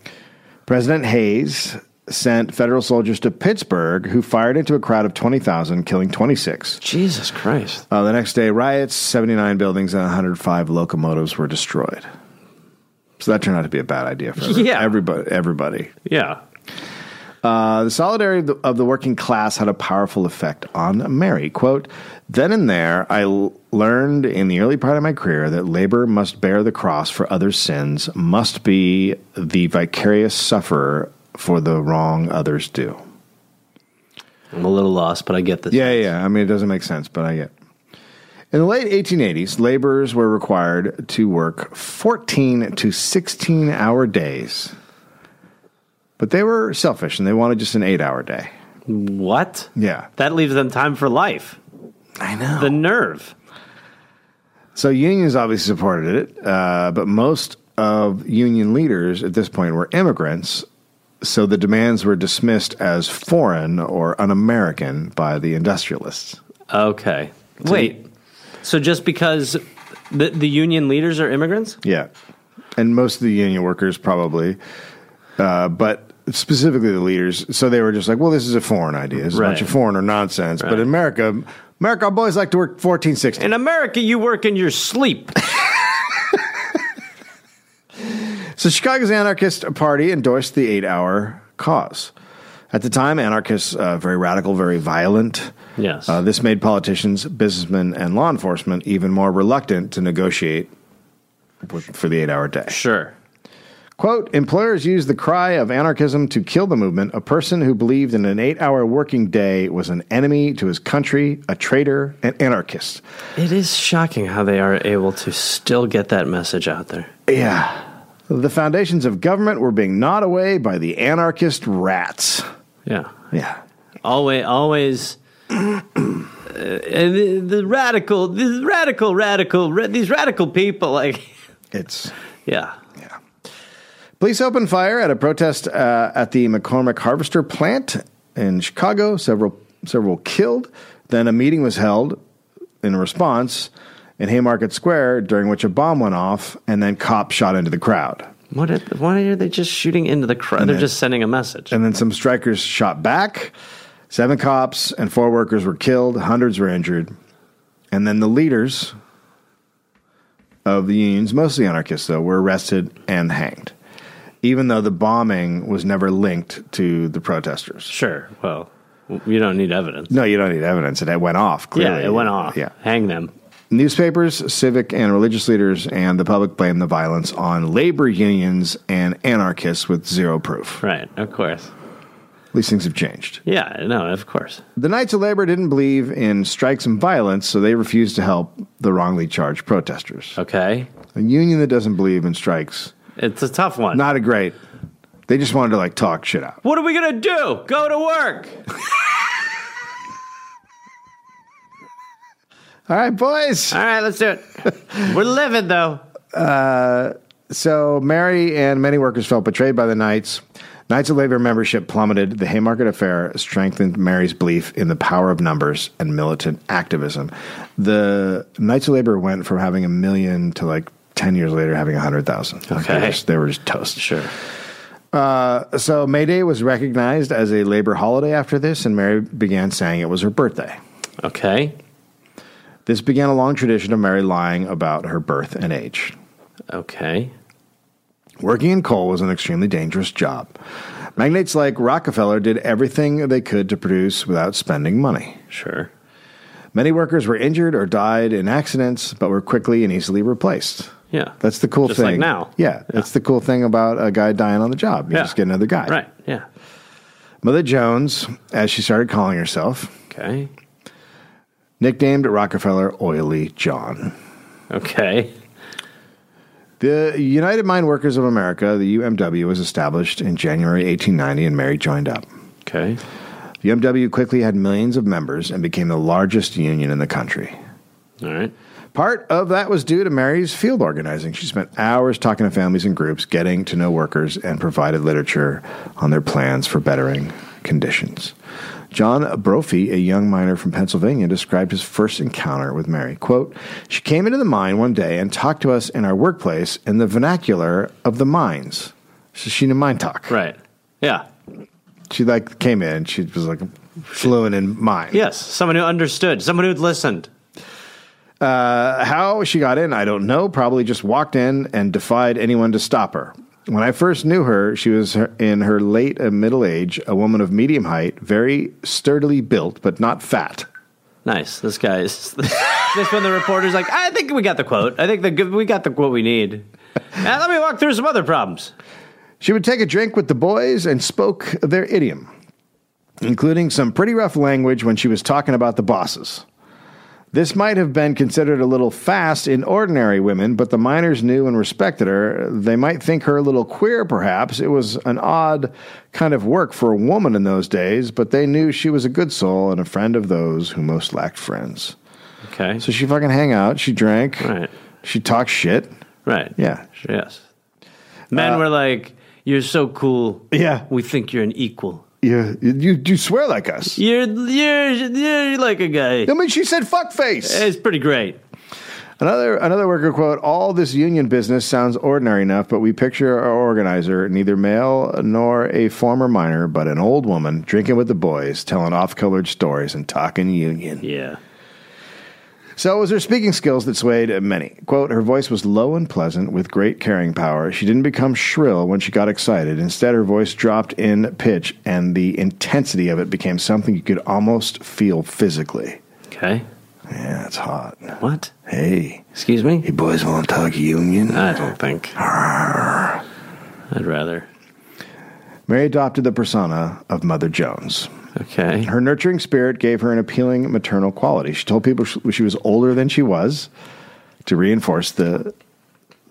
S1: President Hayes sent federal soldiers to Pittsburgh who fired into a crowd of 20,000, killing 26.
S2: Jesus Christ.
S1: Uh, the next day, riots, 79 buildings, and 105 locomotives were destroyed. So that turned out to be a bad idea for every-
S2: (laughs) Yeah.
S1: everybody. everybody.
S2: Yeah.
S1: Uh, the solidarity of the, of the working class had a powerful effect on Mary. Quote, then and there, I l- learned in the early part of my career that labor must bear the cross for other sins, must be the vicarious sufferer for the wrong others do.
S2: I'm a little lost, but I get this.
S1: Yeah, yeah. I mean, it doesn't make sense, but I get. In the late 1880s, laborers were required to work 14 to 16 hour days. But they were selfish and they wanted just an eight hour day.
S2: What?
S1: Yeah.
S2: That leaves them time for life.
S1: I know.
S2: The nerve.
S1: So unions obviously supported it, uh, but most of union leaders at this point were immigrants. So the demands were dismissed as foreign or un-American by the industrialists.
S2: Okay. Wait. So just because the the union leaders are immigrants?
S1: Yeah, and most of the union workers probably, uh, but specifically the leaders. So they were just like, "Well, this is a foreign idea. This is a bunch
S2: Right.
S1: of foreign or nonsense." But in America, America, our boys like to work fourteen sixty.
S2: In America, you work in your sleep.
S1: So Chicago's anarchist party endorsed the eight-hour cause. At the time, anarchists uh, very radical, very violent.
S2: Yes.
S1: Uh, this made politicians, businessmen, and law enforcement even more reluctant to negotiate with- for the eight-hour day.
S2: sure.
S1: Quote, employers used the cry of anarchism to kill the movement. A person who believed in an eight hour working day was an enemy to his country, a traitor, an anarchist.
S2: It is shocking how they are able to still get that message out there.
S1: Yeah. The foundations of government were being gnawed away by the anarchist rats.
S2: Yeah.
S1: Yeah.
S2: Always, always. Uh, and the, the radical, the radical, radical, ra- these radical people, like, (laughs)
S1: It's.
S2: yeah.
S1: Police opened fire at a protest uh, at the McCormick Harvester plant in Chicago. Several several killed. Then a meeting was held in response in Haymarket Square, during which a bomb went off, and then cops shot into the crowd.
S2: What? Are, why are they just shooting into the crowd? They're just sending a message.
S1: And then some strikers shot back. Seven cops and four workers were killed. Hundreds were injured. And then the leaders of the unions, mostly anarchists though, were arrested and hanged. Even though the bombing was never linked to the protesters.
S2: Sure. Well, w- you don't need evidence.
S1: No, you don't need evidence. It went off. Clearly.
S2: Yeah, it went off.
S1: Yeah.
S2: Hang them.
S1: Newspapers, civic and religious leaders, and the public blamed the violence on labor unions and anarchists with zero proof.
S2: Right. Of course.
S1: These things have changed.
S2: Yeah. No. Of course.
S1: The Knights of Labor didn't believe in strikes and violence, so they refused to help the wrongly charged protesters.
S2: Okay.
S1: A union that doesn't believe in strikes,
S2: It's a tough one.
S1: not a great. They just wanted to like talk shit out.
S2: what are we gonna do? Go to work.
S1: All right, boys.
S2: All right. Let's do
S1: (laughs)
S2: it. We're living though.
S1: So Mary and many workers felt betrayed by the Knights. Knights of Labor membership plummeted. The Haymarket affair strengthened Mary's belief in the power of numbers and militant activism. The Knights of Labor went from having a million to like 10 years later having 100,000. Like, they
S2: Okay.
S1: were just- they were just toast.
S2: Sure.
S1: So May Day was recognized as a labor holiday after this, and Mary began saying it was her birthday.
S2: Okay.
S1: This began a long tradition of Mary lying about her birth and age.
S2: Okay.
S1: Working in coal was an extremely dangerous job. Magnates like Rockefeller did everything they could to produce without spending money.
S2: Sure.
S1: Many workers were injured or died in accidents, but were quickly and easily replaced.
S2: Yeah.
S1: That's the cool
S2: Just
S1: thing.
S2: like now.
S1: Yeah, that's the cool thing about a guy dying on the job. You
S2: Yeah.
S1: just get another guy.
S2: Right. Yeah.
S1: Mother Jones, as she started calling herself,
S2: Okay.
S1: nicknamed Rockefeller Oily John.
S2: Okay.
S1: The United Mine Workers of America, the UMW, was established in January 1890 and Mary joined up.
S2: Okay.
S1: The UMW quickly had millions of members and became the largest union in the country.
S2: All right.
S1: Part of that was due to Mary's field organizing. She spent hours talking to families and groups, getting to know workers, and provided literature on their plans for bettering conditions. John Brophy, a young miner from Pennsylvania, described his first encounter with Mary. Quote, She came into the mine one day and talked to us in our workplace in the vernacular of the mines. So she knew mine talk.
S2: Right. Yeah.
S1: She like came in, she was like fluent in mine.
S2: Yes. Someone who understood. Someone who listened.
S1: How she got in, I don't know. Probably just walked in and defied anyone to stop her. When I first knew her, she was her- in her late and middle age, a woman of medium height, very sturdily built, but not fat.
S2: Nice. This guy is. (laughs) this when the reporter's like, I think we got the quote. I think the good- we got the quote we need. Now let me walk through some other problems.
S1: She would take a drink with the boys and spoke their idiom, including some pretty rough language when she was talking about the bosses. This might have been considered a little fast in ordinary women, but the miners knew and respected her. They might think her a little queer, perhaps. It was an odd kind of work for a woman in those days, but they knew she was a good soul and a friend of those who most lacked friends.
S2: Okay.
S1: So she fucking hang out. She drank.
S2: Right.
S1: She talked shit.
S2: Right.
S1: Yeah. Uh,
S2: Yes. Men were like, "You're so cool.
S1: Yeah.
S2: We think you're an equal.
S1: You you, you swear like us.
S2: You're you're you're like a guy.
S1: I mean, she said fuckface.
S2: It's pretty great."
S1: Another another worker quote: "All this union business sounds ordinary enough, but we picture our organizer, neither male nor a former miner, but an old woman drinking with the boys, telling off-colored stories and talking union."
S2: Yeah.
S1: So it was her speaking skills that swayed many. Quote, her voice was low and pleasant with great carrying power. She didn't become shrill when she got excited. Instead, her voice dropped in pitch, and the intensity of it became something you could almost feel physically.
S2: Okay.
S1: Yeah, it's hot.
S2: What?
S1: Hey,
S2: Excuse me?
S1: you boys want to talk union?
S2: I don't think. I'd rather.
S1: Mary adopted the persona of Mother Jones.
S2: Okay.
S1: Her nurturing spirit gave her an appealing maternal quality. She told people sh- she was older than she was to reinforce the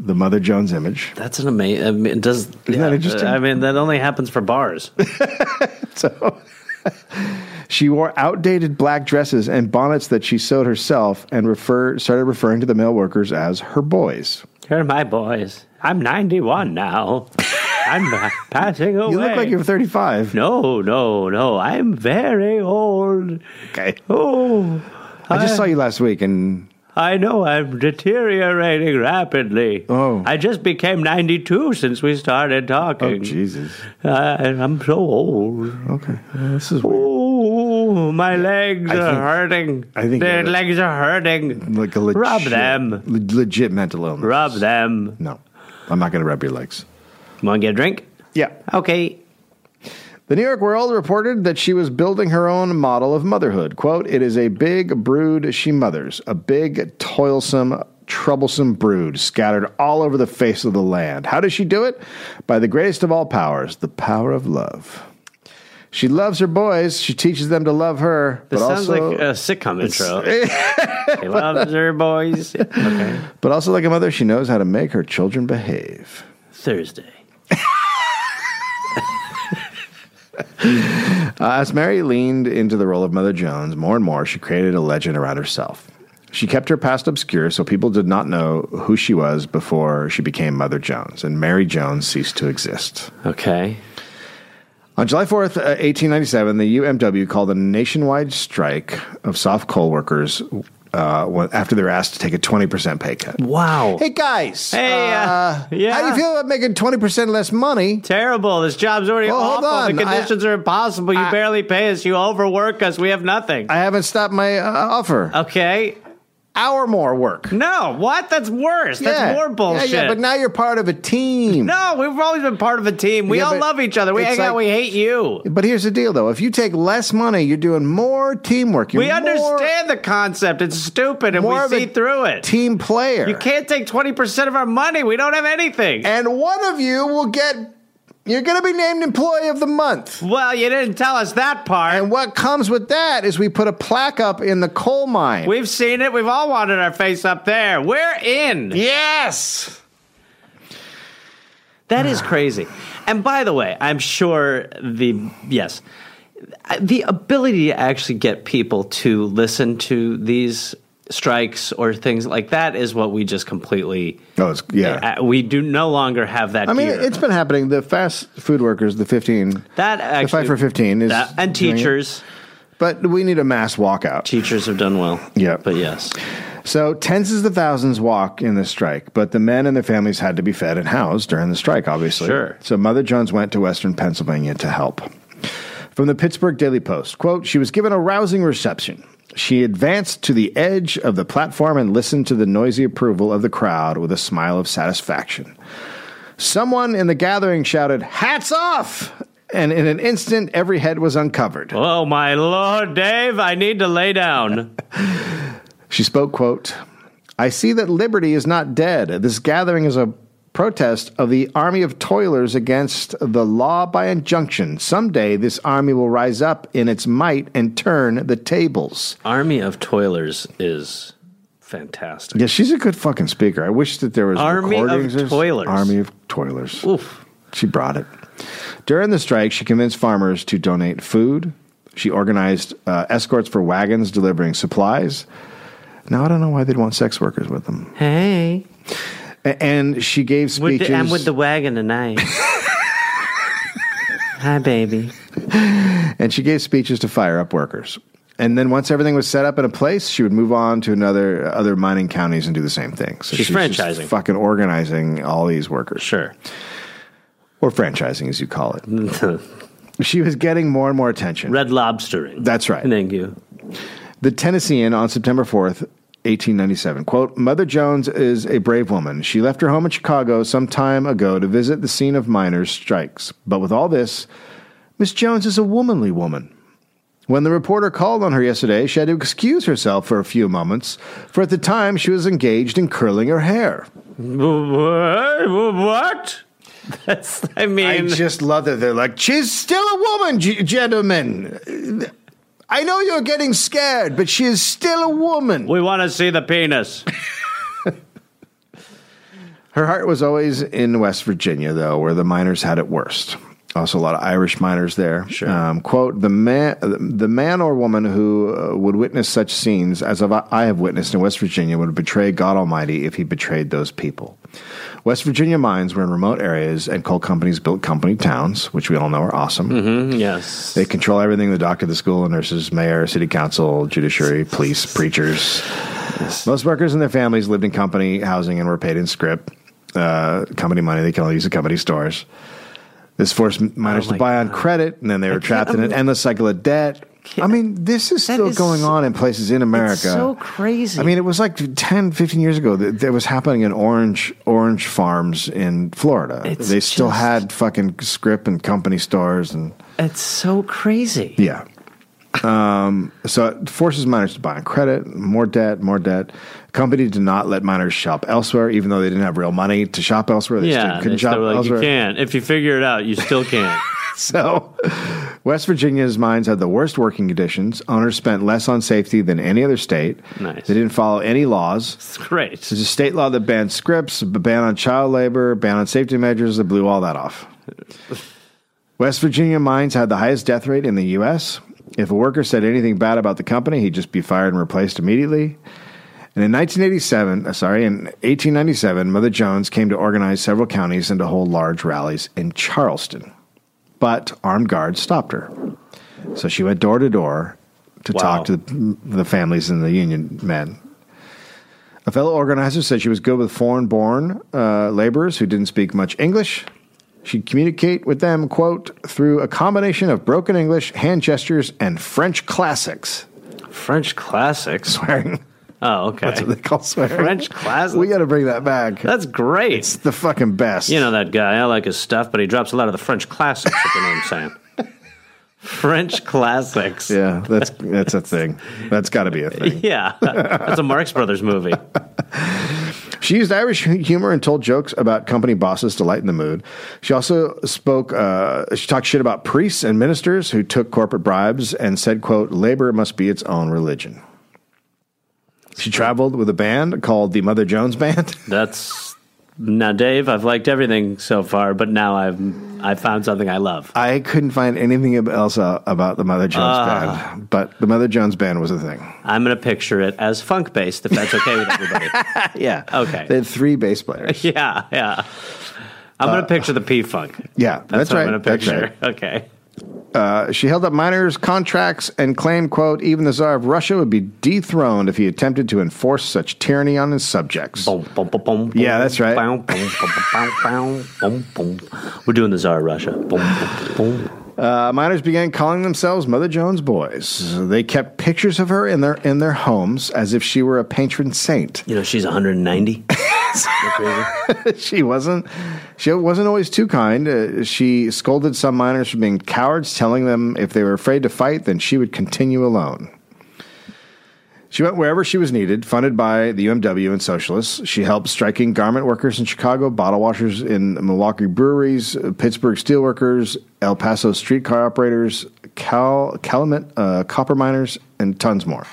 S1: the Mother Jones image.
S2: That's an amazing. I mean, it does
S1: that interesting?
S2: I mean, that only happens
S1: (laughs)
S2: for bars.
S1: She wore outdated black dresses and bonnets that she sewed herself and refer, started referring to the male workers as her boys.
S2: Here, my boys. I'm 91 now. I'm pa- passing away.
S1: You look like you're 35.
S2: No, no, no. I'm very old.
S1: Okay.
S2: Oh,
S1: I just saw you last week and
S2: I know I'm deteriorating rapidly.
S1: Oh.
S2: I just became 92 since we started talking.
S1: Jesus.
S2: I, I'm so old.
S1: Okay. This is weird.
S2: Oh, my legs are
S1: think-
S2: hurting.
S1: I think
S2: their
S1: you're-
S2: legs are hurting.
S1: like a legit
S2: Rub them.
S1: le- legit mental illness.
S2: Rub them.
S1: No. I'm not going to rub your legs.
S2: Want to get a drink?
S1: Yeah.
S2: Okay.
S1: The New York World reported that she was building her own model of motherhood. Quote, it is a big brood she mothers, a big, toilsome, troublesome brood scattered all over the face of the land. How does she do it? By the greatest of all powers, the power of love. She loves her boys. She teaches them to love her,
S2: This
S1: but
S2: sounds
S1: also,
S2: like uh, a
S1: (laughs)
S2: sitcom intro. he loves her boys. Okay.
S1: but also like a mother, she knows how to make her children behave.
S2: Thursday.
S1: Uh, as Mary leaned into the role of Mother Jones more and more, she created a legend around herself. She kept her past obscure so people did not know who she was before she became Mother Jones, and Mary Jones ceased to exist.
S2: Okay.
S1: On July 4th, uh, 1897, the UMW called a nationwide strike of soft coal workers uh, when- after they were asked to take a 20% pay cut.
S2: Wow.
S1: Hey, guys.
S2: Hey, uh, yeah.
S1: How do you feel about making 20% less money?
S2: Terrible. This job's already
S1: Well, hold
S2: awful.
S1: on.
S2: The
S1: I-
S2: conditions are impossible. You
S1: I-
S2: barely pay us. You overwork us. We have nothing.
S1: I haven't stopped my uh, offer.
S2: okay.
S1: Hour more work.
S2: No. What? That's worse. That's more bullshit.
S1: Yeah, yeah, but now you're part of a team.
S2: no, we've always been part of a team. We
S1: Yeah,
S2: all
S1: but
S2: love each other. We
S1: it's
S2: hang out.
S1: like-
S2: We hate you.
S1: But here's the deal, though. If you take less money, you're doing more teamwork. You're
S2: We
S1: more
S2: understand the concept. It's stupid, and we
S1: more of
S2: see
S1: a
S2: through it.
S1: Team player.
S2: You can't take 20% of our money. We don't have anything.
S1: And one of you will get. You're going to be named Employee of the Month.
S2: well, you didn't tell us that part.
S1: And what comes with that is we put a plaque up in the coal mine.
S2: We've seen it. We've all wanted our face up there. We're in.
S1: yes.
S2: That is crazy. And by the way, I'm sure the yes, the ability to actually get people to listen to these strikes or things like that is what we just completely
S1: Oh, it's, yeah.
S2: uh, we do no longer have that
S1: I mean,
S2: gear.
S1: it's been happening. The fast food workers, the 15,
S2: that
S1: the
S2: actually
S1: 5 for 15 is.
S2: that- and
S1: doing it.
S2: teachers
S1: But we need a mass walkout.
S2: teachers have done well.
S1: Yeah.
S2: But yes.
S1: So tens of thousands walk in the strike, but the men and their families had to be fed and housed during the strike, obviously.
S2: Sure.
S1: So Mother Jones went to Western Pennsylvania to help. From the Pittsburgh Daily Post, quote, she was given a rousing reception. She advanced to the edge of the platform and listened to the noisy approval of the crowd with a smile of satisfaction. Someone in the gathering shouted, Hats off! And in an instant, every head was uncovered.
S2: Oh my lord, Dave, I need to
S1: (laughs)
S2: lay down.
S1: She spoke, quote, I see that liberty is not dead. This gathering is a protest of the army of toilers against the law by injunction. Someday this army will rise up in its might and turn the tables.
S2: Army of Toilers is fantastic.
S1: Yeah, she's a good fucking speaker. I wish that there was
S2: Army of
S1: recordings or-
S2: Toilers.
S1: Army of toilers.
S2: Oof.
S1: She brought it. During the strike, she convinced farmers to donate food. She organized uh, escorts for wagons delivering supplies. Now I don't know why they'd want sex workers with them.
S2: Hey.
S1: A- And she gave
S2: With
S1: speeches.
S2: the, I'm with the
S1: (laughs)
S2: wagon tonight. Hi, baby.
S1: and she gave speeches to fire up workers. And then once everything was set up in a place, she would move on to another other mining counties and do the same thing. So
S2: She's
S1: just
S2: franchising.
S1: fucking organizing all these workers,
S2: (laughs) Sure.
S1: or franchising as you call it. She was getting more and more attention.
S2: Red lobstering.
S1: That's right.
S2: Thank you.
S1: The Tennessean on September 4th, 1897. Quote, Mother Jones is a brave woman. She left her home in Chicago some time ago to visit the scene of miners' strikes. But with all this, Miss Jones is a womanly woman. When the reporter called on her yesterday, she had to excuse herself for a few moments, for at the time she was engaged in curling her hair.
S2: What? That's, I
S1: I
S2: mean,
S1: just love that they're like, she's still a woman, g- gentlemen. I know you're getting scared, but she is still a woman.
S2: we want to see
S1: (laughs)
S2: the penis.
S1: Her heart was always in West Virginia, though, where the miners had it worst. Also, a lot of Irish miners there. Sure. Um, quote: the man, the man or woman who uh, would witness such scenes as I've, I have witnessed in West Virginia would betray God Almighty if he betrayed those people. West Virginia mines were in remote areas, and coal companies built company towns, which we all know are awesome.
S2: Mm, yes.
S1: They control everything: the doctor, the school, nurses, mayor, city council, judiciary, police, preachers. Most workers and their families lived in company housing and were paid in scrip, uh, company money. They can only use the company stores. This forced m- miners
S2: Oh my
S1: to buy on credit, and then they were trapped in an endless cycle of debt. I mean, this is
S2: That
S1: still
S2: is
S1: going
S2: so-
S1: on in places in America.
S2: so crazy.
S1: uh, I mean, it was like 10, 15 years ago that that was happening in orange orange farms in Florida.
S2: It's
S1: they still
S2: just-
S1: had fucking scrip and company stores and.
S2: It's so crazy.
S1: Yeah. Um, so it forces miners to buy on credit, more debt, more debt. Company did not let miners shop elsewhere, even though they didn't have real money to shop elsewhere. They
S2: Yeah,
S1: still couldn't
S2: they still
S1: shop
S2: were like, you
S1: elsewhere.
S2: can't. If you figure it out, you still can't.
S1: (laughs) So West Virginia's mines had the worst working conditions. Owners spent less on safety than any other state.
S2: Nice.
S1: They didn't follow any laws.
S2: (laughs) it's great.
S1: There's a state law that banned scripts, a ban on child labor, ban on safety measures that blew all that off. West Virginia mines had the highest death rate in the U.S. If a worker said anything bad about the company, he'd just be fired and replaced immediately. And in 1987, uh, sorry, in 1897, Mother Jones came to organize several counties and to hold large rallies in Charleston. But armed guards stopped her. So she went door to door to
S2: Wow.
S1: talk to the, the families and the union men. A fellow organizer said she was good with foreign born uh, laborers who didn't speak much English. She'd communicate with them, quote, through a combination of broken English, hand gestures, and French classics. (laughs)
S2: French classics.
S1: Swearing.
S2: Oh, okay.
S1: That's what they call swearing.
S2: (laughs) French classics.
S1: We got to bring that back.
S2: That's great.
S1: It's the fucking best.
S2: You know that guy. I like his stuff, but he drops a lot of the French classics, if you know what I'm saying. (laughs) French classics.
S1: Yeah, that's that's a thing. That's got to be a thing.
S2: Yeah. That's a Marx Brothers movie.
S1: She used Irish humor and told jokes about company bosses to lighten the mood. She also spoke, uh, she talked shit about priests and ministers who took corporate bribes and said, quote, labor must be its own religion. She traveled with a band called the Mother Jones Band. (laughs)
S2: That's. Now, Dave, I've liked everything so far, but now I've I found something I love.
S1: I couldn't find anything else out about the Mother Jones Band, but the Mother Jones Band was a thing.
S2: I'm going to picture it as funk based, if that's okay with (laughs) everybody.
S1: (laughs) Yeah.
S2: Okay.
S1: They had three bass (laughs) players.
S2: (laughs) yeah, yeah. I'm going to picture the P (laughs) funk.
S1: Yeah,
S2: Uh, That's,
S1: that's
S2: what
S1: right,
S2: I'm going to
S1: that's
S2: picture. (laughs) Okay.
S1: She held up miners' contracts and claimed, quote, even the Tsar of Russia would be dethroned if he attempted to enforce such tyranny on his subjects.
S2: Boom, boom, boom, boom,
S1: Yeah,
S2: boom,
S1: that's right.
S2: boom, boom, boom, boom, boom, boom, boom, boom. We're doing the Tsar of Russia. Boom, boom, boom, boom.
S1: Uh, miners began calling themselves Mother Jones boys. They kept pictures of her in their in their homes as if she were a patron saint.
S2: You know, she's 190.
S1: (laughs) she wasn't. She wasn't always too kind. Uh, she scolded some miners for being cowards, telling them if they were afraid to fight, then she would continue alone. She went wherever she was needed, funded by the UMW and socialists. She helped striking garment workers in Chicago, bottle washers in Milwaukee breweries, uh, Pittsburgh steelworkers, El Paso streetcar operators, Cal, Calumet uh, copper miners, and tons more.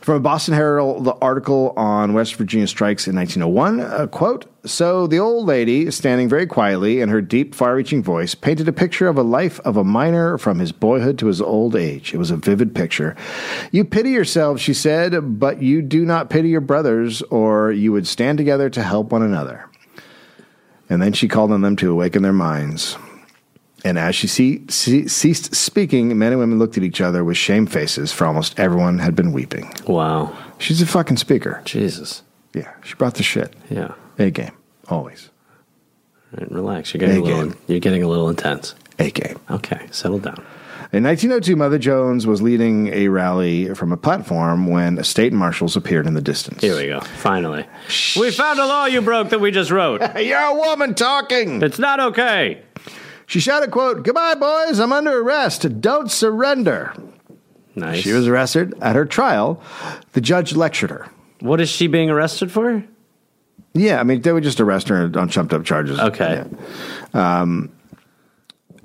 S1: From a Boston Herald the article on West Virginia strikes in 1901, uh, quote, So the old lady, standing very quietly in her deep, far reaching voice, painted a picture of a life of a miner from his boyhood to his old age. It was a vivid picture. You pity yourselves, she said, but you do not pity your brothers, or you would stand together to help one another. And then she called on them to awaken their minds. And as she ce- ce- ceased speaking, men and women looked at each other with shamed faces, for almost everyone had been weeping.
S2: (laughs) Wow.
S1: She's a fucking speaker.
S2: Jesus.
S1: Yeah, she brought the shit.
S2: Yeah.
S1: A game. Always.
S2: Right, relax. You're getting a
S1: Hey,
S2: little,
S1: kid.
S2: you're getting a little intense.
S1: A game.
S2: Okay, settle down.
S1: In 1902, Mother Jones was leading a rally from a platform when state marshals appeared in the distance.
S2: Here we go. Finally. We found a law you broke that we just (laughs) wrote.
S1: You're a woman talking.
S2: It's not okay.
S1: She shouted, quote, Goodbye, boys. I'm under arrest. Don't surrender.
S2: Nice.
S1: She was arrested. At her trial, the judge lectured her.
S2: What is she being arrested for?
S1: Yeah, I mean, they would just arrest her on trumped up charges.
S2: Okay.
S1: Yeah. Um,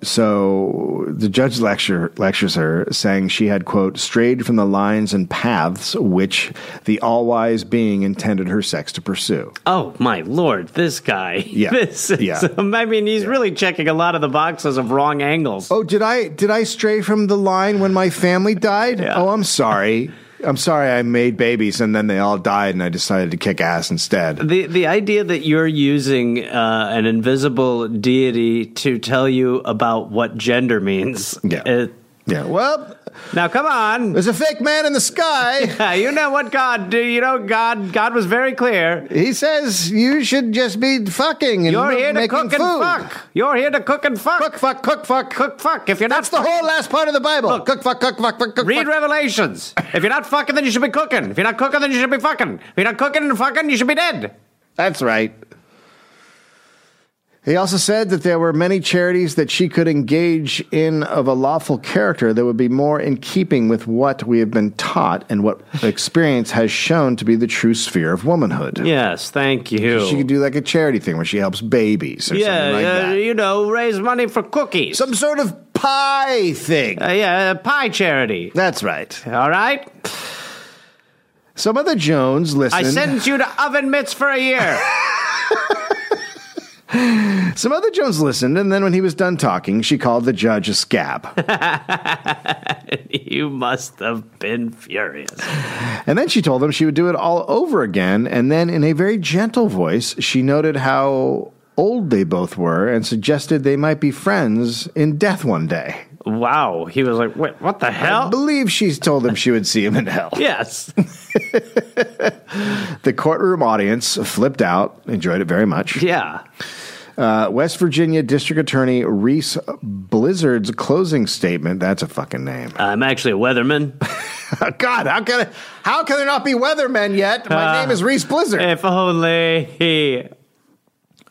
S1: so the judge lecture, lectures her, saying she had, quote, strayed from the lines and paths which the all wise being intended her sex to pursue.
S2: Oh my lord, this guy. (laughs)
S1: Yeah.
S2: This is,
S1: Yeah.
S2: I mean, he's really checking a lot of the boxes of wrong angles.
S1: Oh, did I did I stray from the line when my family died?
S2: Yeah.
S1: Oh, I'm sorry. I'm sorry I made babies and then they all died and I decided to kick ass
S2: (laughs)
S1: instead.
S2: The the idea that you're using uh, an invisible deity to tell you about what gender means.
S1: Yeah.
S2: Uh,
S1: Yeah. Well,
S2: now
S1: (laughs)
S2: come on.
S1: there's a fake man in the sky.
S2: you know what God do you know God God was very clear.
S1: He says you should just be fucking and
S2: You're
S1: m-
S2: here to
S1: making
S2: cook
S1: food.
S2: and fuck. You're here to cook and fuck.
S1: Cook, fuck, cook, fuck,
S2: Cook, fuck. If you're
S1: That's the
S2: not
S1: whole last part of the Bible.
S2: Look.
S1: cook, fuck, cook, fuck, fuck, cook.
S2: Read
S1: fuck.
S2: Revelations. If you're not fucking, then you should be cooking. If you're not cooking, then you should be fucking. If you're not cooking and fucking, you should be dead.
S1: That's right. He also said that there were many charities that she could engage in of a lawful character that would be more in keeping with what we have been taught and
S2: (laughs)
S1: what experience has shown to be the true sphere of womanhood.
S2: Yes, thank you.
S1: She could do like a charity thing where she helps babies or
S2: yeah,
S1: something like
S2: uh,
S1: that.
S2: you know, raise money for cookies.
S1: Some sort of pie thing.
S2: Uh, yeah, a pie charity.
S1: That's right.
S2: All right?
S1: So Mother Jones
S2: I
S1: listened.
S2: sentence you to oven mitts for
S1: (laughs)
S2: a year.
S1: so Mother Jones listened, and then when he was done talking, she called the judge a
S2: (laughs)
S1: scab.
S2: you must have been furious.
S1: and then she told him she would do it all over again. And then, in a very gentle voice, she noted how old they both were and suggested they might be friends in death one day.
S2: Wow. He was like, wait, what the
S1: I
S2: hell?
S1: believe she's told him she would see him in hell.
S2: yes. (laughs)
S1: The courtroom audience flipped out, enjoyed it very much.
S2: yeah.
S1: Uh, West Virginia District Attorney Reese Blizzard's closing statement. That's a fucking name. (laughs)
S2: I'm actually a weatherman.
S1: God, how can how can there not be weathermen yet? My
S2: Uh,
S1: name is Reese Blizzard.
S2: if only he.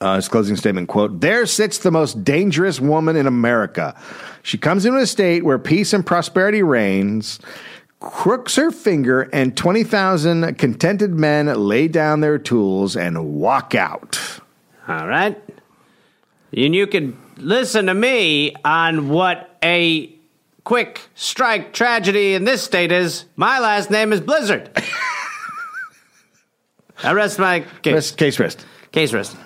S1: Uh, his closing statement quote: "There sits the most dangerous woman in America. She comes into a state where peace and prosperity reigns." Crooks her finger, and 20,000 contented men lay down their tools and walk out.
S2: All right. And you can listen to me on what a quick strike tragedy in this state is. My last name is (laughs) Blizzard. I rest my case.
S1: Rest, case rest.
S2: Case rest.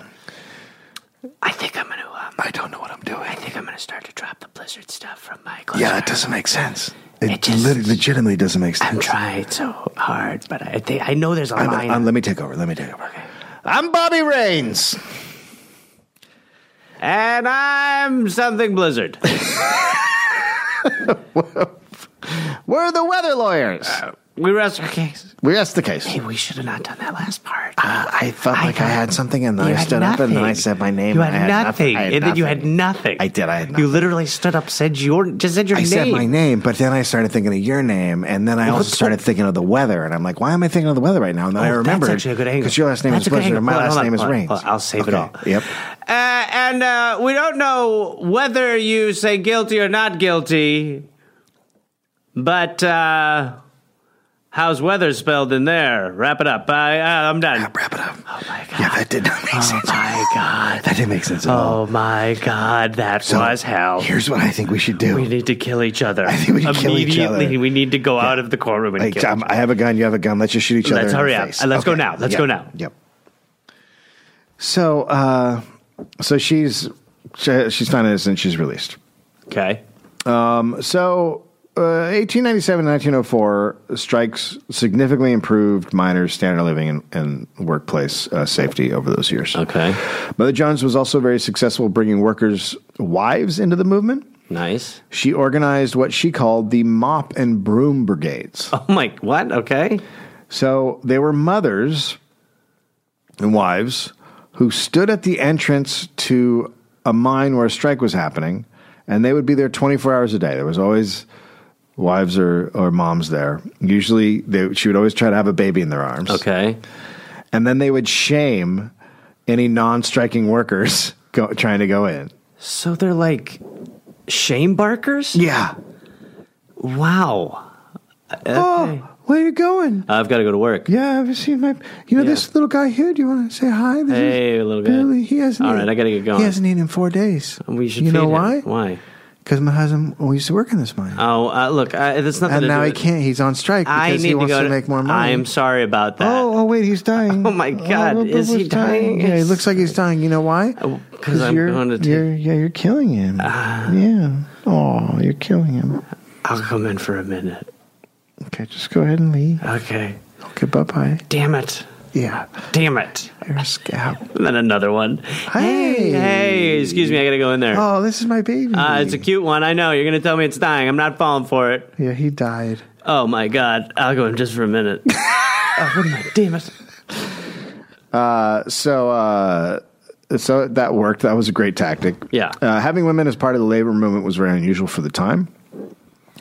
S2: I think I'm gonna. Um, I don't know what I'm doing. I think I'm gonna start to drop the Blizzard stuff from my. Closer.
S1: doesn't make sense. It,
S2: It just- lit-
S1: legitimately doesn't make sense.
S2: I'm trying so hard, but I think I know there's a line.
S1: let me take over. Let me take over. I'm Bobby Rains.
S2: and I'm something Blizzard.
S1: We're the weather lawyers.
S2: we rest our case.
S1: we asked the case.
S2: Hey, we should have not done that last part.
S1: Uh, I felt like I
S2: had-
S1: had something, and then
S2: You
S1: I
S2: had
S1: stood up, and then I
S2: nothing.
S1: said my name.
S2: You
S1: and
S2: had,
S1: I
S2: nothing,
S1: I had
S2: and then you had
S1: nothing.
S2: nothing.
S1: I did, I had
S2: You
S1: nothing.
S2: literally stood up, said your, just said your
S1: I
S2: name.
S1: said my name, but then I started thinking of your name, and then I also
S2: the-
S1: started thinking of the weather, and I'm like, why am I thinking of the weather right now? And then I
S2: Oh,
S1: remembered
S2: That's actually a good angle.
S1: because your last name
S2: That's
S1: is
S2: a good
S1: Blizzard, and
S2: angle.
S1: my
S2: Hold on,
S1: last
S2: hold on,
S1: name is
S2: hold on,
S1: Rains.
S2: hold on. I'll save it
S1: Okay,
S2: all.
S1: Yep.
S2: Uh, and uh, we don't know whether you say guilty or not guilty, but uh, How's weather spelled in there? Wrap it up. I, uh, I'm done.
S1: Wrap it up. Oh
S2: my
S1: Yeah, that did not make
S2: Oh
S1: sense.
S2: my god.
S1: That didn't make sense at all.
S2: Oh my god, that was hell.
S1: Here's what I think we should do.
S2: Oh. We need to kill each other. I
S1: think we need to kill each other.
S2: We need to go out of the courtroom and
S1: Like,
S2: kill.
S1: I'm- I have a gun. You have a gun. Let's just shoot each other. in
S2: Let's
S1: the
S2: hurry up.
S1: face.
S2: Let's go now. Let's
S1: Yep.
S2: go now.
S1: Yep. So, uh, so she's she- she's found innocent. She's released.
S2: Okay.
S1: So, uh, 1897 1904 strikes significantly improved miners' standard of living and, and workplace uh, safety over those years.
S2: Okay.
S1: Mother Jones was also very successful bringing workers' wives into the movement.
S2: Nice.
S1: She organized what she called the mop and broom brigades.
S2: Oh my. What? Okay.
S1: So they were mothers and wives who stood at the entrance to a mine where a strike was happening, and they would be there 24 hours a day. There was always wives or, or moms there. Usually, they, she would always try to have a baby in their arms.
S2: Okay.
S1: And then they would shame any non striking workers (laughs) go, trying to go in.
S2: So they're like shame barkers.
S1: Yeah.
S2: Wow.
S1: Oh, where are you going?
S2: I've got to go to work.
S1: Yeah, have you seen my? You know
S2: Yeah.
S1: this little guy here. Do you want to say hi? This
S2: Hey, little guy.
S1: Billy. He hasn't.
S2: All right, I gotta get going.
S1: He hasn't eaten in four days.
S2: We should.
S1: You
S2: feed
S1: know
S2: him.
S1: why?
S2: Why?
S1: Because my husband well, used to work in this mine,
S2: Oh, uh, look. I, that's nothing.
S1: and
S2: to
S1: now
S2: do
S1: he
S2: with-
S1: can't. He's on strike
S2: I
S1: because
S2: need
S1: he wants
S2: to
S1: to,
S2: go
S1: make more money.
S2: I'm sorry about that.
S1: Oh, oh wait, he's dying.
S2: (laughs) Oh, my God,
S1: little
S2: is he
S1: Bubba's
S2: dying?
S1: Yeah, he looks like he's dying. You know why?
S2: Oh, 'cause I'm
S1: you're,
S2: going to take- Ah.
S1: you're, yeah, you're killing him. yeah. Oh, you're killing him.
S2: I'll come in for a minute.
S1: Okay, just go ahead and leave.
S2: Okay.
S1: Okay, bye bye.
S2: Damn it.
S1: Yeah,
S2: Damn it.
S1: you're a scout.
S2: And then another one.
S1: Hey.
S2: Hey, hey, excuse me, I gotta go in there.
S1: Oh, this is my baby.
S2: Uh, it's a cute one. I know. You're gonna tell me it's dying. I'm not falling for it.
S1: yeah, he died.
S2: Oh my god. I'll go in just for
S1: (laughs)
S2: a minute. oh, what am I? Damn it.
S1: so uh, so that worked. That was a great tactic.
S2: Yeah.
S1: uh, having women as part of the labor movement was very unusual for the time.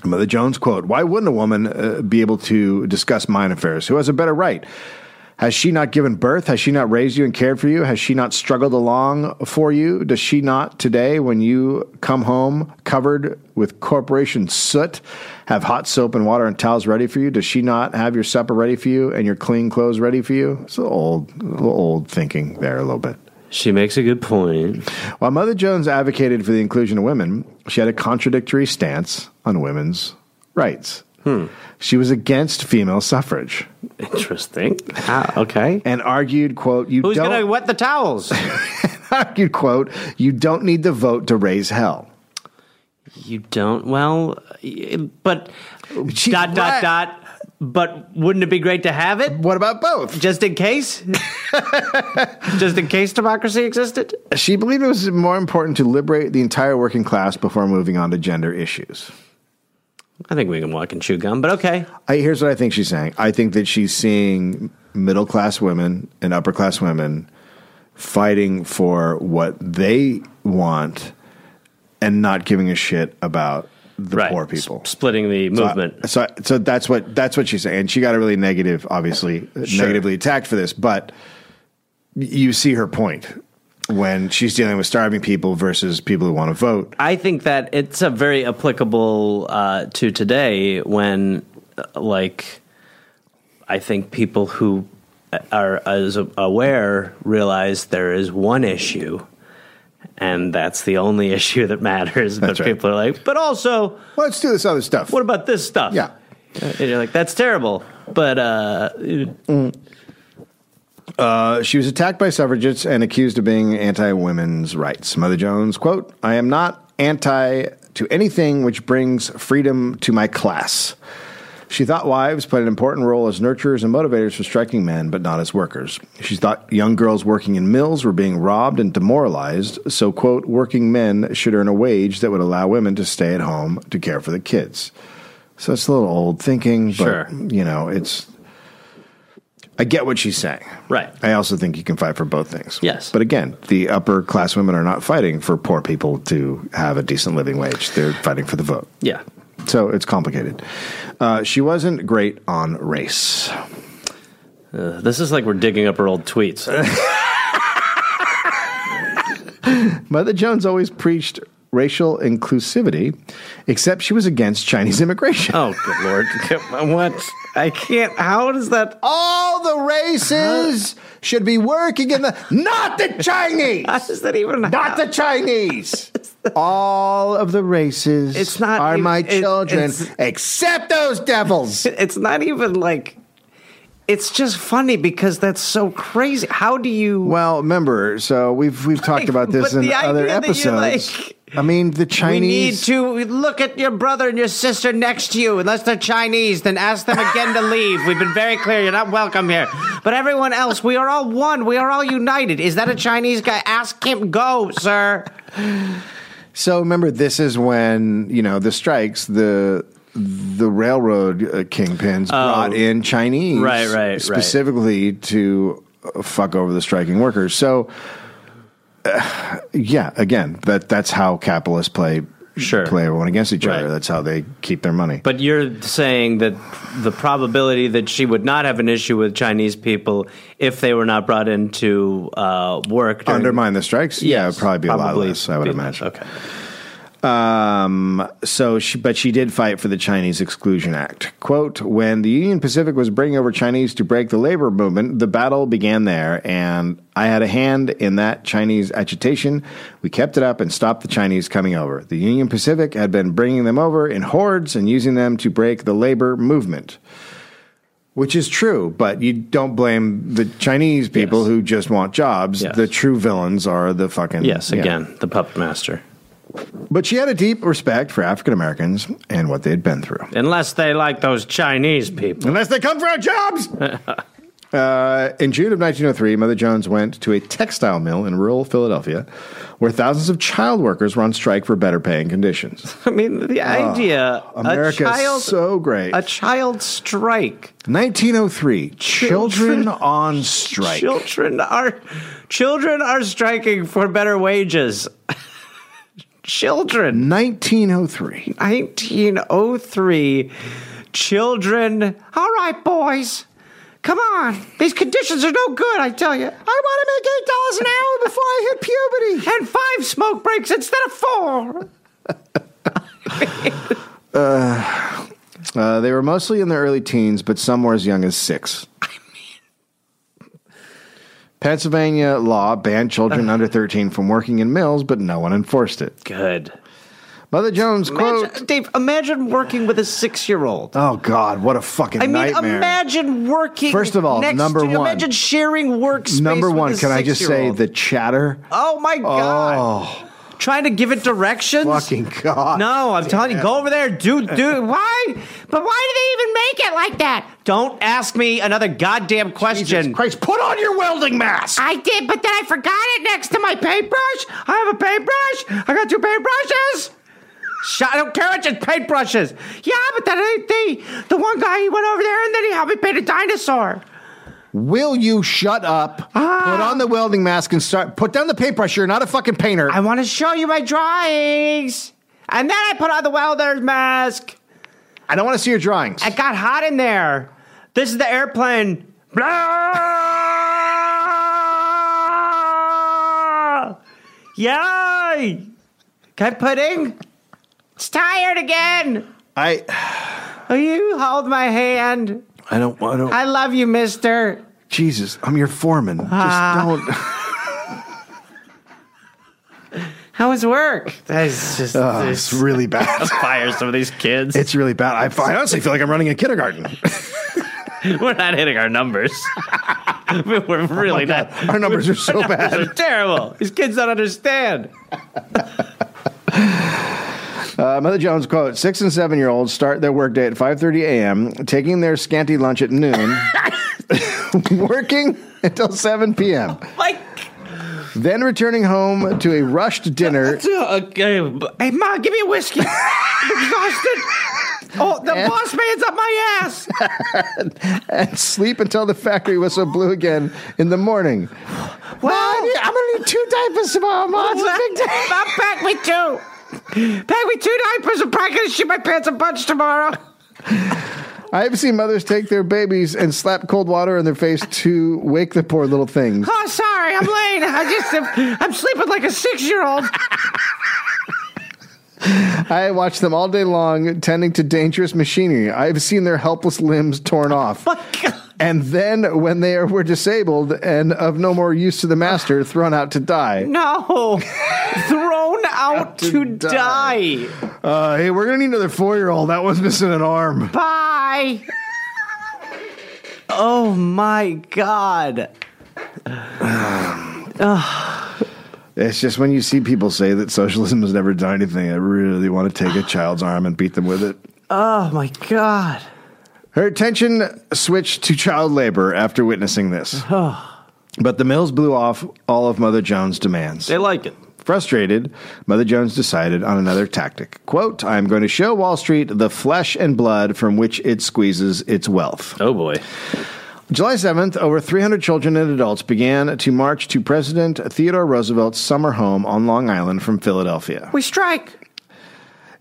S1: Mother Jones quote: "Why wouldn't a woman uh, be able to discuss mine affairs? Who has a better right?" Has she not given birth? Has she not raised you and cared for you? Has she not struggled along for you? Does she not today, when you come home covered with corporation soot, have hot soap and water and towels ready for you? Does she not have your supper ready for you and your clean clothes ready for you? It's a little old, a little old thinking there a little bit.
S2: She makes a good point.
S1: While Mother Jones advocated for the inclusion of women, she had a contradictory stance on women's rights.
S2: Hmm.
S1: She was against female suffrage (laughs)
S2: Interesting. Ah, okay.
S1: and argued, "quote You
S2: Who's
S1: don't
S2: gonna wet the towels?
S1: (laughs) argued, quote, you don't need to vote to raise hell.
S2: (laughs) you don't. Well, y- but dot
S1: right.
S2: dot dot. But wouldn't it be great to have it?
S1: What about both?
S2: Just in (laughs) case? Just in case democracy existed?
S1: She believed it was more important to liberate the entire working class before moving on to gender issues.
S2: I think we can walk and chew gum, but okay.
S1: I, here's what I think she's saying. I think that she's seeing middle class women and upper class women fighting for what they want and not giving a shit about the
S2: right.
S1: poor people. Uh,
S2: S- splitting the movement.
S1: So, I- so that's what that's what she's saying. And she got a really negative, obviously negatively attacked for this, but you see her point when she's dealing with starving people versus people who want to vote.
S2: I think that it's a very applicable uh, to today when, uh, like, I think people who uh, are as aware realize there is one issue, and that's the only (laughs) issue that matters.
S1: That's
S2: but
S1: right.
S2: people are like, but also,
S1: Well, let's do this other stuff.
S2: what about this stuff?
S1: Yeah.
S2: And you're like, that's terrible. But uh,
S1: Uh, she was attacked by suffragists and accused of being anti-women's rights. Mother Jones, quote, "I am not anti to anything which brings freedom to my class." She thought wives played an important role as nurturers and motivators for striking men, but not as workers. She thought young girls working in mills were being robbed and demoralized, so, quote, working men should earn a wage that would allow women to stay at home to care for the kids. So it's a little old thinking, but,
S2: Sure.
S1: you know, it's. I get what she's saying.
S2: Right.
S1: I also think you can fight for both things.
S2: Yes.
S1: But again, the upper class women are not fighting for poor people to have a decent living wage, they're fighting for the vote.
S2: yeah.
S1: So it's complicated. Uh, she wasn't great on race.
S2: Uh, This is like we're digging up her old (laughs) tweets.
S1: Mother Jones always preached racial inclusivity, except she was against Chinese immigration.
S2: Oh, good lord. (laughs) what? I can't. How does that.
S1: All the races should be working in the. Not
S2: (laughs)
S1: the Chinese!
S2: How does that even.
S1: Not the Chinese. (laughs) All of the races
S2: It's not
S1: are
S2: even-
S1: my
S2: it-
S1: children,
S2: it's-
S1: except those
S2: (laughs)
S1: devils.
S2: It's not even like. It's just funny because that's so crazy. How do you.
S1: well, remember, so we've we've talked
S2: Like,
S1: about this
S2: but
S1: in
S2: the
S1: other
S2: idea that you're
S1: episodes.
S2: like,
S1: I mean, the
S2: We need
S1: Chinese.
S2: to look at your brother and your sister next to you. Unless they're Chinese, then ask them again to leave. We've been very clear. You're not welcome here. But everyone else, we are all one. We are all united. Is that a Chinese guy? Ask him. Go, sir.
S1: So remember, this is when you know the strikes the. The railroad uh, kingpins brought in Chinese,
S2: Oh. Right, right, right.
S1: specifically to uh, fuck over the striking workers. So, uh, yeah, again, that that's how capitalists play
S2: Sure.
S1: play everyone against each other.
S2: Right.
S1: That's how they keep their money.
S2: But you're saying that the probability that she would not have an issue with Chinese people if they were not brought into uh, work during-
S1: undermine the strikes. Yeah, it would probably be a lot
S2: Probably
S1: less. I would
S2: be-
S1: imagine.
S2: Okay.
S1: Um, so, she, but she did fight for the Chinese Exclusion Act. Quote, when the Union Pacific was bringing over Chinese to break the labor movement, the battle began there, and I had a hand in that Chinese agitation. We kept it up and stopped the Chinese coming over. The Union Pacific had been bringing them over in hordes and using them to break the labor movement. Which is true, but you don't blame the Chinese people
S2: Yes.
S1: who just want jobs.
S2: Yes.
S1: The true villains are the fucking
S2: Yes,
S1: yeah.
S2: again, the puppet master.
S1: But she had a deep respect for African Americans and what they had been through.
S2: Unless they like those Chinese people.
S1: Unless they come for our jobs! uh, in June of 1903, Mother Jones went to a textile mill in rural Philadelphia where thousands of child workers were on strike for better paying conditions.
S2: (laughs) I mean, the idea.
S1: America
S2: a child,
S1: is so great.
S2: A child strike.
S1: 1903, children on strike.
S2: Children are, children are striking for better wages. (laughs) children.
S1: 1903.
S2: 1903. Children. All right, boys. Come on. These conditions are no good, I tell you. I want to make $8 an hour before I hit puberty. And five smoke breaks instead of four.
S1: Uh, they were mostly in their early teens, but some were as young as six. Pennsylvania law banned
S2: (laughs)
S1: children under 13 from working in mills, but no one enforced it.
S2: Good.
S1: Mother Jones, quote,
S2: Imagine, Dave, imagine working with a six year old.
S1: Oh, God, what a fucking
S2: I mean,
S1: nightmare.
S2: imagine working.
S1: First of all,
S2: next
S1: number
S2: to,
S1: one.
S2: Imagine sharing workspace.
S1: Number
S2: with
S1: one,
S2: a
S1: can I just say
S2: six-year-old.
S1: the chatter? Oh,
S2: Oh my god! Trying to give it directions.
S1: Fucking God.
S2: No, I'm telling you, go over there, dude,
S1: (laughs)
S2: dude. Why? But why do they even make it like that? Don't ask me another goddamn
S1: Jesus
S2: question.
S1: Christ, put on your welding mask.
S2: I did, but then I forgot it next to my paintbrush. I have a paintbrush. I got two paintbrushes. Shut, I don't care. It's just paintbrushes. Yeah, but that ain't the the one guy. He went over there and then he helped me paint a dinosaur.
S1: Will you shut up?
S2: Ah.
S1: Put on the welding mask and start. Put down the paintbrush. You're not a fucking painter.
S2: I want to show you my drawings. And then I put on the welder's mask.
S1: I don't want to see your drawings.
S2: It got hot in there. This is the airplane. Blah! Yay! Can I pudding? It's tired again.
S1: I,
S2: Will you hold my hand?
S1: I don't want to.
S2: I love you, mister.
S1: Jesus, I'm your foreman. Just don't. (laughs)
S2: How was work? That's just
S1: Oh, it's really (laughs) bad.
S2: fire some of these kids.
S1: It's really bad. I, I honestly feel like I'm running a kindergarten.
S2: (laughs)
S1: (laughs)
S2: We're not hitting our numbers. (laughs) We're really not.
S1: Our numbers are so bad.
S2: They're terrible. These kids don't understand.
S1: (laughs) Uh, Mother Jones quote: Six and seven year olds start their workday at 5:30 a.m., taking their scanty lunch at (laughs) noon, working until 7 p.m.,
S2: Like,
S1: then returning home to a rushed dinner.
S2: okay, but- hey, Ma, give me
S1: (laughs)
S2: a whiskey. I'm exhausted. Oh, the boss man's up
S1: (laughs)
S2: my ass.
S1: and sleep until the factory whistle blew again in the morning.
S2: Well,
S1: I'm gonna need two diapers tomorrow, Mom.
S2: (laughs) I'll pack me two. Pack me two diapers and probably gonna shoot my pants a bunch tomorrow.
S1: I have seen mothers take their babies and slap cold water in their face to wake the poor little things. (laughs)
S2: Oh, sorry, I'm late. I just, I'm, I'm sleeping like a six year old.
S1: I watched them all day long tending to dangerous machinery. I've seen their helpless limbs torn off. And then, when they were disabled and of no more use to the master, thrown out to die.
S2: No, thrown out
S1: to
S2: to,
S1: die.
S2: die.
S1: Uh, hey, we're gonna need another four-year-old. That one's missing an arm.
S2: Bye. oh my god.
S1: It's just when you see people say that socialism has never done anything, I really want to take a child's arm and beat them with it.
S2: Oh my god.
S1: Her attention switched to child labor after witnessing this. But the mills blew off all of Mother Jones' demands.
S2: They like it.
S1: Frustrated, Mother Jones decided on another tactic. Quote, I am going to show Wall Street the flesh and blood from which it squeezes its wealth.
S2: Oh boy.
S1: July 7th, over 300 children and adults began to march to President Theodore Roosevelt's summer home on Long Island from Philadelphia.
S2: We strike.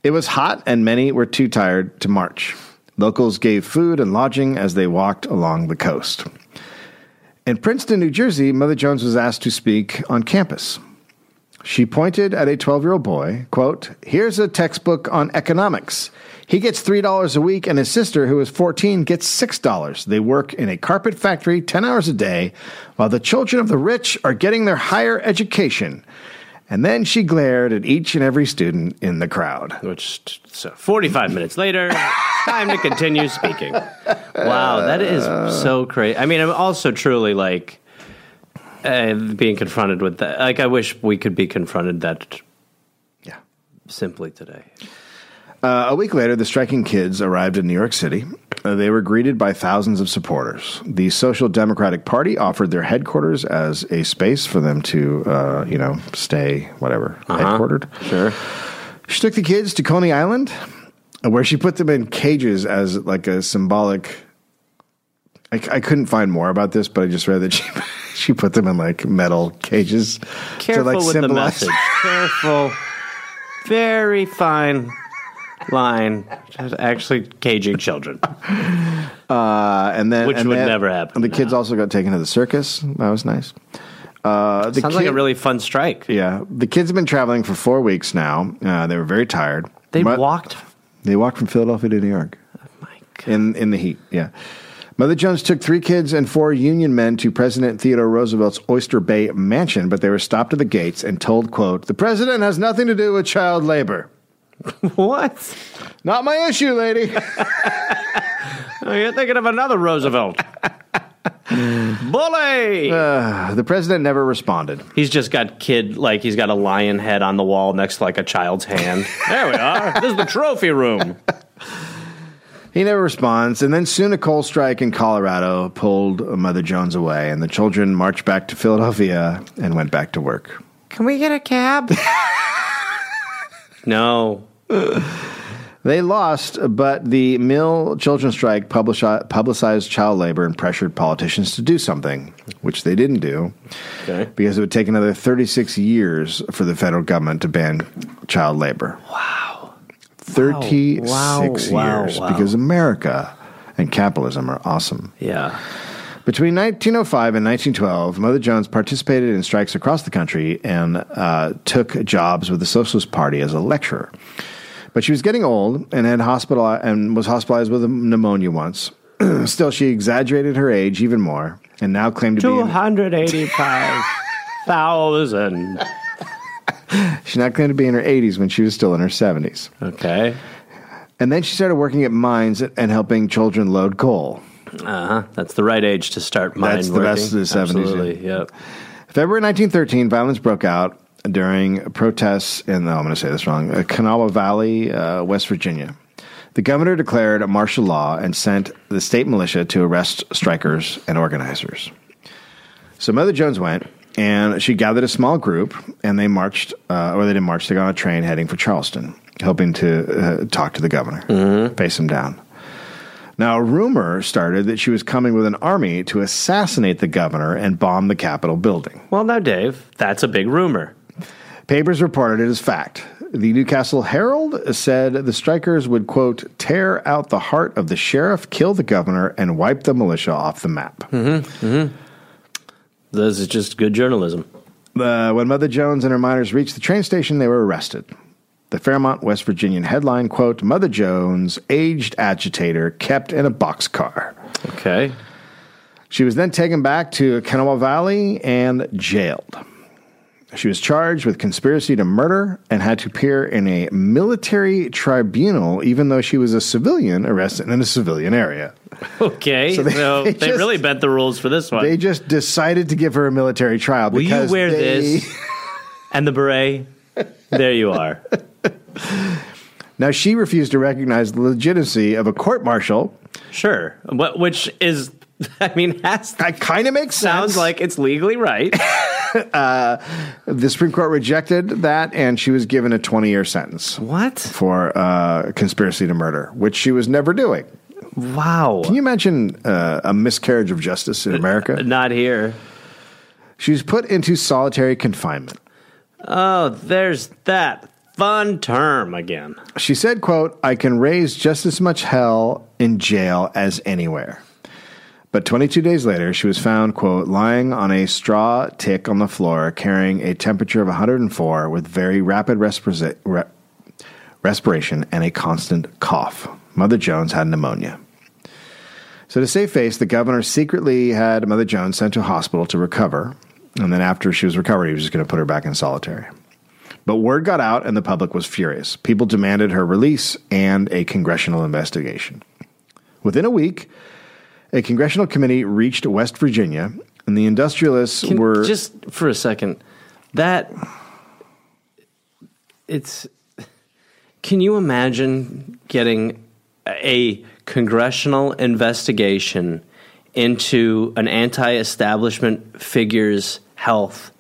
S1: It was hot, and many were too tired to march. Locals gave food and lodging as they walked along the coast. In Princeton, New Jersey, Mother Jones was asked to speak on campus. She pointed at a 12 year old boy, quote, Here's a textbook on economics. He gets $3 a week, and his sister, who is 14, gets $6. They work in a carpet factory 10 hours a day, while the children of the rich are getting their higher education. And then she glared at each and every student in the crowd.
S2: Which so 45 minutes later, time to continue speaking. Wow, that is so crazy. I mean, I'm also truly like uh, being confronted with that. Like, I wish we could be confronted that
S1: Yeah.
S2: simply today.
S1: Uh, a week later, the striking kids arrived in New York City. Uh, they were greeted by thousands of supporters. The Social Democratic Party offered their headquarters as a space for them to, uh, you know, stay whatever headquartered.
S2: Uh-huh. Sure.
S1: She took the kids to Coney Island, where she put them in cages as like a symbolic. I, I couldn't find more about this, but I just read that she (laughs) she put them in like metal cages
S2: Careful with the message. Careful. Very fine line. Just Actually, caging children.
S1: Uh, and then
S2: Which
S1: and
S2: would
S1: then-
S2: never happen.
S1: and the kids also got taken to the circus. That was nice. Uh, the
S2: Sounds like a
S1: kid-
S2: really fun strike.
S1: yeah. The kids have been traveling for four weeks now. Uh, they were very tired.
S2: They
S1: Mo-
S2: walked.
S1: They walked from Philadelphia to New York
S2: My God.
S1: in in the heat. Yeah. Mother Jones took three kids and four Union men to President Theodore Roosevelt's Oyster Bay mansion, but they were stopped at the gates and told, "quote The president has nothing to do with child labor.
S2: (laughs) What?
S1: Not my issue, lady." (laughs)
S2: Oh, you're thinking of
S1: (laughs)
S2: another Roosevelt. Bully!
S1: Uh, the president never responded.
S2: he's just got kid, like, he's got a lion head on the wall next to, like, a child's
S1: (laughs)
S2: hand. there we are. This is the trophy room.
S1: He never responds, and then soon a coal strike in Colorado pulled Mother Jones away, and the children marched back to Philadelphia and went back to work.
S2: Can we get a cab? (laughs) no.
S1: They lost, but the mill children's strike publici- publicized child labor and pressured politicians to do something, which they didn't do,
S2: Okay.
S1: because it would take another 36 years for the federal government to ban child labor. Wow. 36
S2: wow,
S1: years,
S2: wow.
S1: because America and capitalism are awesome.
S2: Yeah.
S1: Between 1905 and 1912, Mother Jones participated in strikes across the country and uh, took jobs with the Socialist Party as a lecturer. But she was getting old and had hospital and was hospitalized with pneumonia once. (clears throat) Still, she exaggerated her age even more and now claimed to be an,
S2: 285,000.
S1: she now claimed to be in her 80s when she was still in her 70s.
S2: Okay.
S1: And then she started working at mines and helping children load coal.
S2: Uh huh. That's the right age to start mine
S1: That's the
S2: working.
S1: best of the 70s, yeah.
S2: Absolutely. Yep.
S1: February 1913, violence broke out during protests in, oh, I'm going to say this wrong, uh, Kanawha Valley, uh, West Virginia. The governor declared a martial law and sent the state militia to arrest strikers and organizers. So Mother Jones went and she gathered a small group and they marched, uh, or they didn't march, they got on a train heading for Charleston, hoping to uh, talk to the governor, face him down. Now, a rumor started that she was coming with an army to assassinate the governor and bomb the Capitol building.
S2: Well, now, Dave, that's a big rumor.
S1: Papers reported it as fact. The Newcastle Herald said the strikers would, quote, tear out the heart of the sheriff, kill the governor, and wipe the militia off the map.
S2: This is just good journalism.
S1: Uh, when Mother Jones and her miners reached the train station, they were arrested. The Fairmont, West Virginian headline quote Mother Jones, aged agitator, kept in a boxcar.
S2: Okay.
S1: She was then taken back to Kanawha Valley and jailed. She was charged with conspiracy to murder and had to appear in a military tribunal, even though she was a civilian arrested in a civilian area.
S2: Okay. So they,
S1: they- (laughs) they just-
S2: really bent the rules for this one.
S1: They just decided to give her a military trial
S2: Will you
S1: because
S2: wear
S1: they- (laughs)
S2: this and the beret? There you are.
S1: Now she refused to recognize the legitimacy of a court martial.
S2: Sure. What, which is, (laughs) I mean, has
S1: That kind of makes sense.
S2: sounds like it's
S1: (laughs)
S2: legally right.
S1: the Supreme Court rejected that, and she was given a 20 year sentence
S2: what?
S1: for uh, conspiracy to murder, which she was never doing.
S2: Wow.
S1: Can you imagine uh, a miscarriage of justice in
S2: (laughs)
S1: America?
S2: Not here.
S1: She was put into solitary confinement.
S2: Oh, there's that fun term again.
S1: She said, quote, I can raise just as much hell in jail as anywhere. But 22 days later, she was found, quote, lying on a straw tick on the floor, carrying a temperature of 104 with very rapid respirasi- re- respiration and a constant cough. Mother Jones had pneumonia. So, to save face, the governor secretly had Mother Jones sent to a hospital to recover. And then, after she was recovered, he was just going to put her back in solitary. But word got out, and the public was furious. People demanded her release and a congressional investigation. Within a week, a congressional committee reached West Virginia, and the industrialists
S2: Can-
S1: were
S2: just for a second. That it's. Can you imagine getting a congressional investigation into an anti-establishment figure's health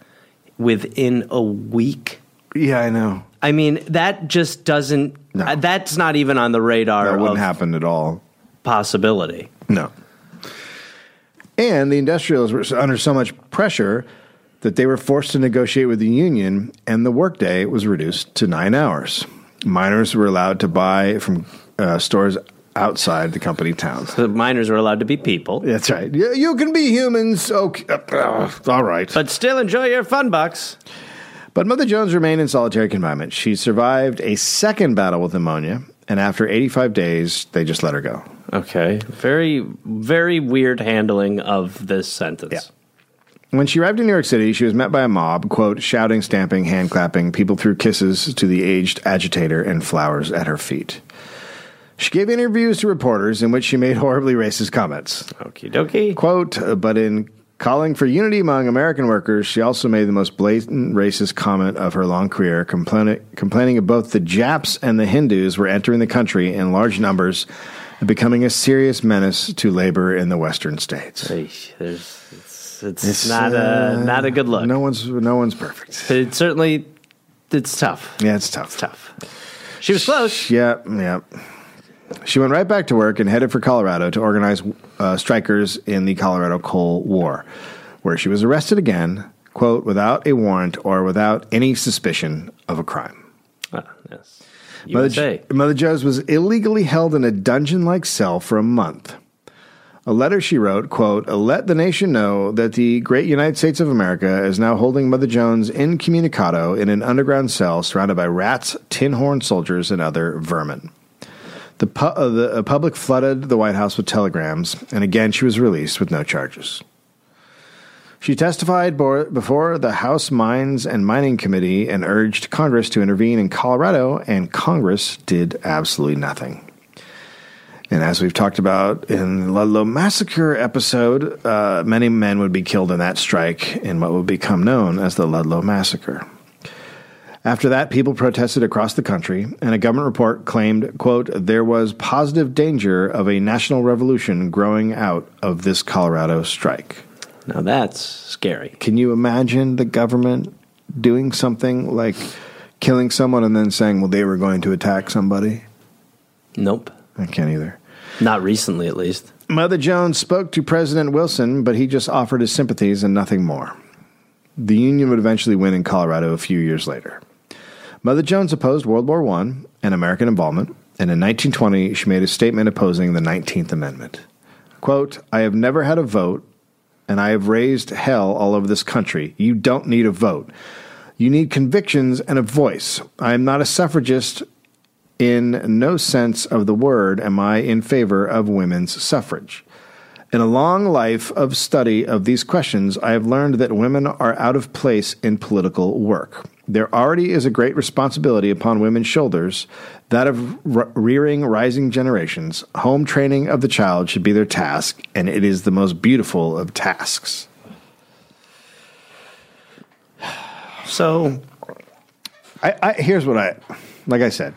S2: within a week?
S1: yeah, I know
S2: I mean, that just doesn't.
S1: No.
S2: uh, that's not even on the radar
S1: that
S2: of
S1: wouldn't happen at all.
S2: possibility.
S1: No. And the industrialists were under so much pressure that they were forced to negotiate with the union, and the workday was reduced to nine hours. Miners were allowed to buy from uh, stores outside the company towns.
S2: The miners were allowed to be people,
S1: That's right. You, you can be humans. Okay. uh, all right.
S2: but still enjoy your fun bucks.
S1: But Mother Jones remained in solitary confinement. She survived a second battle with pneumonia, and after 85 days, they just let her go.
S2: Okay. Very, very weird handling of this sentence.
S1: When she arrived in New York City, she was met by a mob, quote, shouting, stamping, hand clapping. People threw kisses to the aged agitator and flowers at her feet. She gave interviews to reporters in which she made horribly racist comments.
S2: Okie dokie.
S1: Quote, but in calling for unity among American workers, she also made the most blatant racist comment of her long career, complaining, complaining of both the Japs and the Hindus were entering the country in large numbers and becoming a serious menace to labor in the western states.
S2: Eesh, There's, it's, it's, not a not a good look.
S1: No one's no one's perfect.
S2: But it certainly, it's tough.
S1: Yeah, it's tough.
S2: Tough. She was close.
S1: Yeah, yeah. She went right back to work and headed for Colorado to organize uh, strikers in the Colorado Coal War, where she was arrested again, quote, without a warrant or without any suspicion of a crime.
S2: Ah, yes.
S1: Mother,
S2: USA.
S1: Jo- Mother Joe's was illegally held in a dungeon like cell for a month. A letter she wrote, quote, let the nation know that the great United States of America is now holding Mother Jones incommunicado in an underground cell surrounded by rats, tin horn soldiers, and other vermin. The, pu- uh, the uh, public flooded the White House with telegrams, and again she was released with no charges. She testified bor- before the House Mines and Mining Committee and urged Congress to intervene in Colorado, and Congress did absolutely nothing. And as we've talked about in the Ludlow Massacre episode, uh, many men would be killed in that strike in what would become known as the Ludlow Massacre. After that, people protested across the country, and a government report claimed, quote, there was positive danger of a national revolution growing out of this Colorado strike.
S2: Now that's scary.
S1: Can you imagine the government doing something like killing someone and then saying, well, they were going to attack somebody?
S2: Nope.
S1: I can't either.
S2: Not recently, at least.
S1: Mother Jones spoke to President Wilson, but he just offered his sympathies and nothing more. The Union would eventually win in Colorado a few years later. Mother Jones opposed World War I and American involvement, and in 1920 she made a statement opposing the 19th Amendment. Quote, I have never had a vote, and I have raised hell all over this country. You don't need a vote. You need convictions and a voice. I am not a suffragist. In no sense of the word am I in favor of women's suffrage. In a long life of study of these questions, I have learned that women are out of place in political work. There already is a great responsibility upon women's shoulders that of re- rearing rising generations. Home training of the child should be their task, and it is the most beautiful of tasks.
S2: So
S1: I, I here's what I like I said.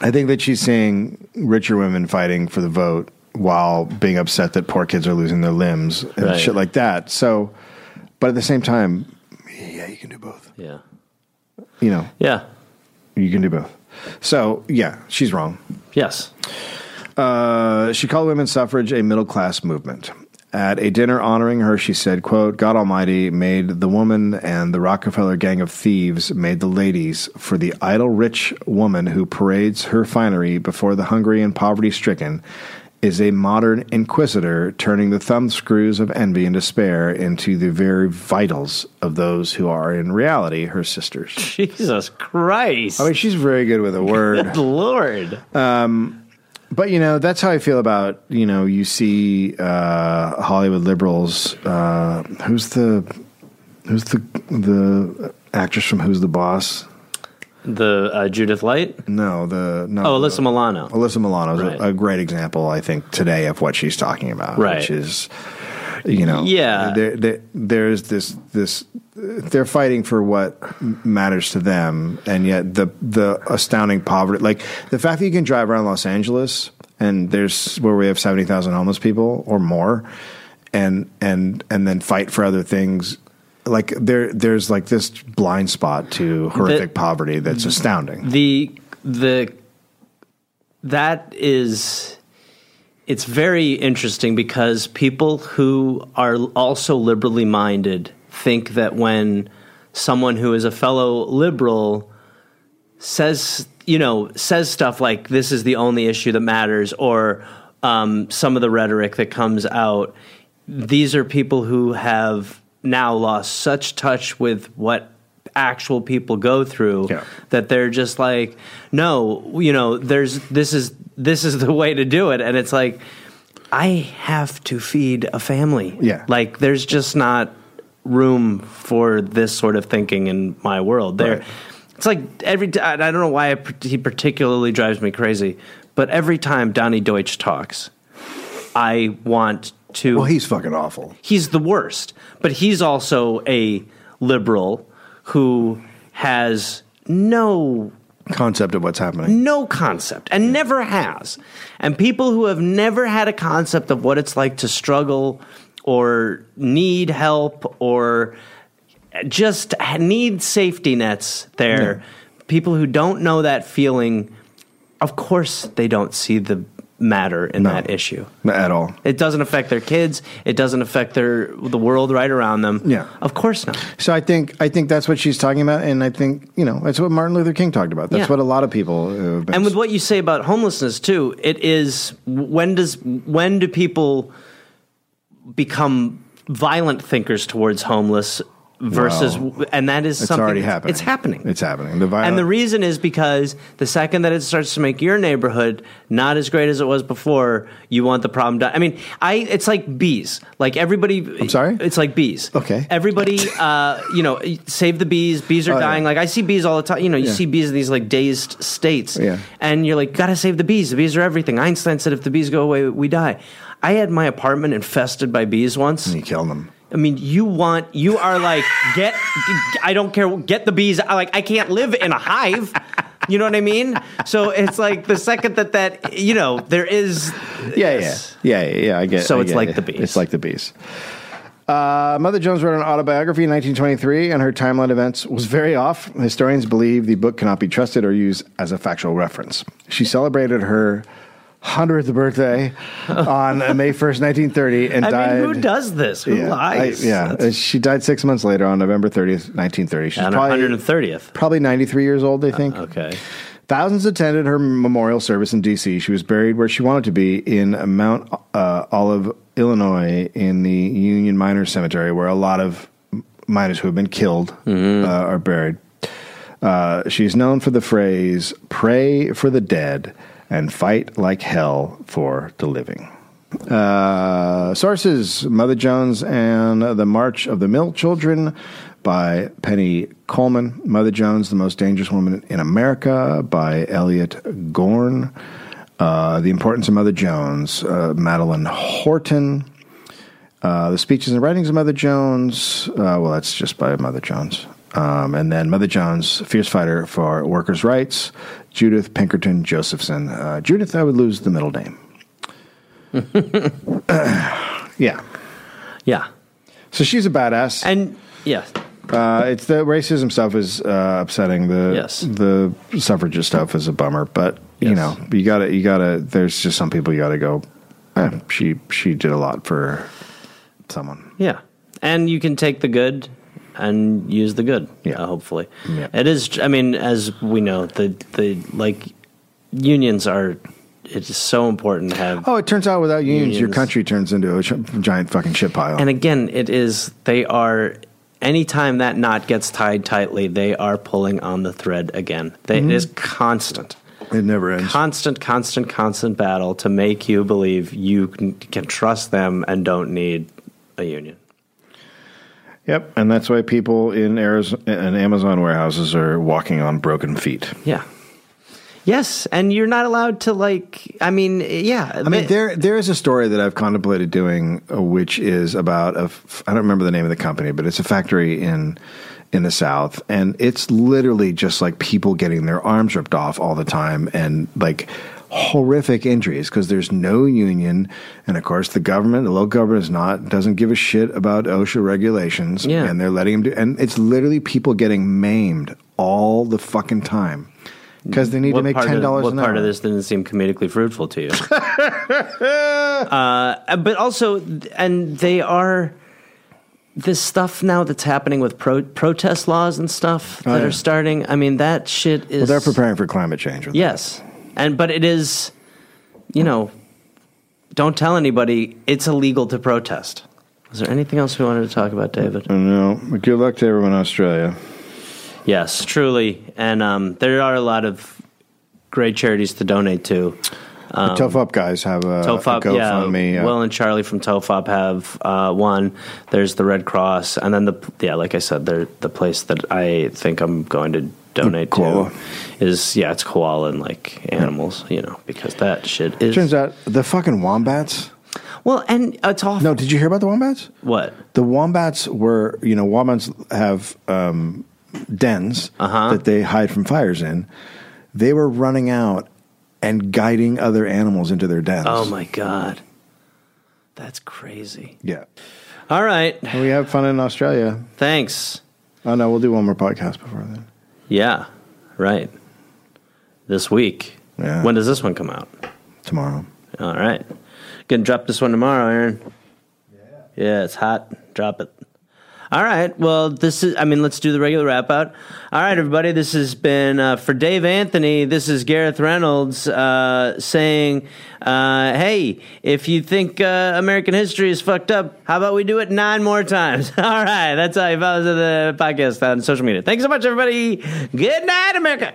S1: I think that she's seeing richer women fighting for the vote while being upset that poor kids are losing their limbs and
S2: Right.
S1: shit like that. So but at the same time, yeah, you can do both.
S2: yeah,
S1: You know,
S2: yeah,
S1: you can do both. So yeah, she's wrong.
S2: yes, (laughs)
S1: Uh, she called women's suffrage a middle class movement. At a dinner honoring her, she said, quote, God Almighty made the woman and the Rockefeller gang of thieves made the ladies for the idle rich woman who parades her finery before the hungry and poverty stricken is a modern inquisitor turning the thumbscrews of envy and despair into the very vitals of those who are in reality her sisters.
S2: Jesus Christ,
S1: I mean, she's very good with a word.
S2: Lord,
S1: But you know that's how I feel about you know you see uh, Hollywood liberals. Uh, who's the who's the the actress from Who's the Boss?
S2: the uh, Judith Light,
S1: No, the no.
S2: oh Alyssa Milano,
S1: Alyssa Milano is
S2: Right.
S1: a, a great example, I think, today of what she's talking about,
S2: Right.
S1: which is you know
S2: Yeah.
S1: there, there, there's this this they're fighting for what matters to them and yet the the astounding poverty like the fact that you can drive around Los Angeles and there's where we have 70,000 homeless people or more and and and then fight for other things like there there's like this blind spot to horrific poverty
S2: Mm-hmm.
S1: that's astounding
S2: the the that is it's very interesting because people who are also liberally minded think that when someone who is a fellow liberal says you know says stuff like this is the only issue that matters or um, some of the rhetoric that comes out these are people who have now lost such touch with what actual people go through
S1: Yeah.
S2: that they're just like no you know there's this is this is the way to do it and it's like i have to feed a family
S1: Yeah.
S2: like there's just not room for this sort of thinking in my world there
S1: Right.
S2: it's like every t- I I don't know why I, par- he particularly drives me crazy but every time donnie deutsch talks i want to
S1: well he's fucking awful
S2: he's the worst. But he's also a liberal who has no
S1: concept of what's happening
S2: no concept and never has. And people who have never had a concept of what it's like to struggle or need help or just ha- need safety nets there. People who don't know that feeling, of course, they don't see the matter in that issue.
S1: at all
S2: It doesn't affect their kids. It doesn't affect their the world right around them.
S1: Yeah.
S2: of course not.
S1: So I think I think that's what she's talking about, and I think you know that's what Martin Luther King talked about. That's
S2: Yeah.
S1: what a lot of people uh, have been.
S2: And with what you say about homelessness too, it is when does when do people become violent thinkers towards homeless versus and that is
S1: it's
S2: something
S1: already
S2: that's-
S1: happening.
S2: It's happening.
S1: It's happening. The violence.
S2: and the reason is because the second that it starts to make your neighborhood not as great as it was before, you want the problem done. I mean, I it's like bees. Like everybody, I'm
S1: sorry?
S2: It's like bees.
S1: Okay. Oh,
S2: Everybody, uh, you know, save the bees. Bees are
S1: yeah.
S2: dying. Like I see bees all the time. You know, you
S1: Yeah.
S2: see bees in these like dazed states.
S1: Yeah.
S2: And you're like, gotta save the bees. The bees are everything. Einstein said, if the bees go away, we die. I had my apartment infested by bees once.
S1: you kill them.
S2: I mean, you want you are like get. I don't care. Get the bees. I like I can't live in a hive. You know what I mean? So it's like the second that that you know there is.
S1: Yeah, yeah, yeah, yeah, yeah. I get.
S2: So
S1: I
S2: it's
S1: get
S2: like
S1: it.
S2: the bees.
S1: It's like the bees. Uh, Mother Jones wrote an autobiography in 1923, and her timeline events was very off. Historians believe the book cannot be trusted or used as a factual reference. She celebrated her hundredth
S2: (laughs)
S1: birthday on May 1st, 1930, and
S2: I
S1: died.
S2: mean, who does this? Who
S1: Yeah,
S2: lies?
S1: I- yeah, Uh, she died six months later on November 30th, 1930. She's
S2: On
S1: probably,
S2: 130th.
S1: probably 93 years old, I think.
S2: Uh, Okay.
S1: Thousands attended her memorial service in D.C. She was buried where she wanted to be in Mount uh, Olive, Illinois, in the Union Minor Cemetery, where a lot of miners who have been killed uh,
S2: Mm-hmm.
S1: are buried. Uh, she's known for the phrase "pray for the dead and fight like hell for the living." Uh, sources: Mother Jones and the March of the Mill Children by Penny Coleman. Mother Jones: The Most Dangerous Woman in America by Elliot Gorn. Uh, the Importance of Mother Jones, uh, Madeline Horton. Uh, the speeches and writings of Mother Jones. Uh, well, that's just by Mother Jones. Um, and then Mother Jones, fierce fighter for workers' rights. Judith Pinkerton Josephson. Uh, Judith, I would lose the middle name. yeah.
S2: Yeah.
S1: So she's a badass.
S2: And yeah.
S1: Uh, it's the racism stuff is uh, upsetting. The
S2: Yes.
S1: the suffragist stuff is a bummer, but you
S2: Yes.
S1: know you gotta you gotta. There's just some people you gotta go. eh, she she did a lot for someone.
S2: Yeah. And you can take the good and use the good.
S1: Yeah.
S2: uh, hopefully.
S1: Yeah.
S2: It is I mean, as we know, the the like unions are it's so important to have
S1: Oh, it turns out without unions, your
S2: Unions.
S1: country turns into a ch- giant fucking shit pile.
S2: And again, it is they are anytime that knot gets tied tightly, they are pulling on the thread again. They, It
S1: Mm-hmm.
S2: is constant.
S1: it never ends.
S2: Constant, constant, constant battle to make you believe you can, can trust them and don't need a union.
S1: yep, and that's why people in Arizona and Amazon warehouses are walking on broken feet.
S2: Yeah. Yes, and you're not allowed to like. I mean, yeah.
S1: I mean, there there is a story that I've contemplated doing, uh, which is about a. F- I don't remember the name of the company, but it's a factory in in the South, and it's literally just like people getting their arms ripped off all the time, and like horrific injuries because there's no union, and of course the government, the local government, is not doesn't give a shit about OSHA regulations,
S2: Yeah.
S1: and they're letting them do, and it's literally people getting maimed all the fucking time because they need to make
S2: part
S1: ten
S2: Of,
S1: dollars
S2: what
S1: an
S2: part
S1: hour.
S2: of this didn't seem comedically fruitful
S1: (laughs)
S2: to you? uh, but also, and they are this stuff now that's happening with pro- protest laws and stuff that
S1: Oh, yeah.
S2: are starting. I mean, that shit is.
S1: well, they're preparing for climate change. with
S2: Yes, and but it is, you know, don't tell anybody. It's illegal to protest. Is there anything else we wanted to talk about, David?
S1: No, good luck to everyone in Australia.
S2: Yes, truly. And um, there are a lot of great charities to donate to.
S1: the Tough Up guys have a,
S2: TOEFOP,
S1: a
S2: Um, yeah.
S1: GoFundMe. uh,
S2: Will and Charlie from TOEFOP have uh, one. There's the Red Cross, and then the yeah, like I said, they're the place that I think I'm going to donate
S1: Koala.
S2: to is yeah, it's koala and like animals, you know, because that shit is
S1: turns out the fucking wombats.
S2: well, and it's awful.
S1: No, did you hear about the wombats?
S2: What?
S1: The wombats were, you know, wombats have um, dens
S2: Uh-huh.
S1: that they hide from fires in. They were running out and guiding other animals into their dens.
S2: Oh my god, that's crazy.
S1: Yeah,
S2: All right,
S1: and we have fun in Australia.
S2: thanks.
S1: Oh no, we'll do one more podcast before then.
S2: Yeah, right. This week.
S1: Yeah.
S2: When does this one come out?
S1: Tomorrow.
S2: All right. Gonna drop this one tomorrow, Aaron. Yeah. Yeah, it's hot. Drop it. All right. Well, this is, I mean, let's do the regular wrap out. All right, everybody. This has been uh, for Dave Anthony. This is Gareth Reynolds uh, saying, uh, hey, if you think uh, American history is fucked up, how about we do it nine more times? (laughs) All right. That's how you follow us on the podcast on social media. Thanks so much, everybody. Good night, America.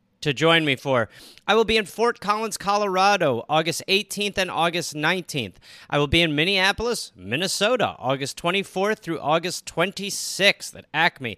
S2: to join me for. I will be in Fort Collins, Colorado, August 18th and August 19th. I will be in Minneapolis, Minnesota, August 24th through August 26th at Acme.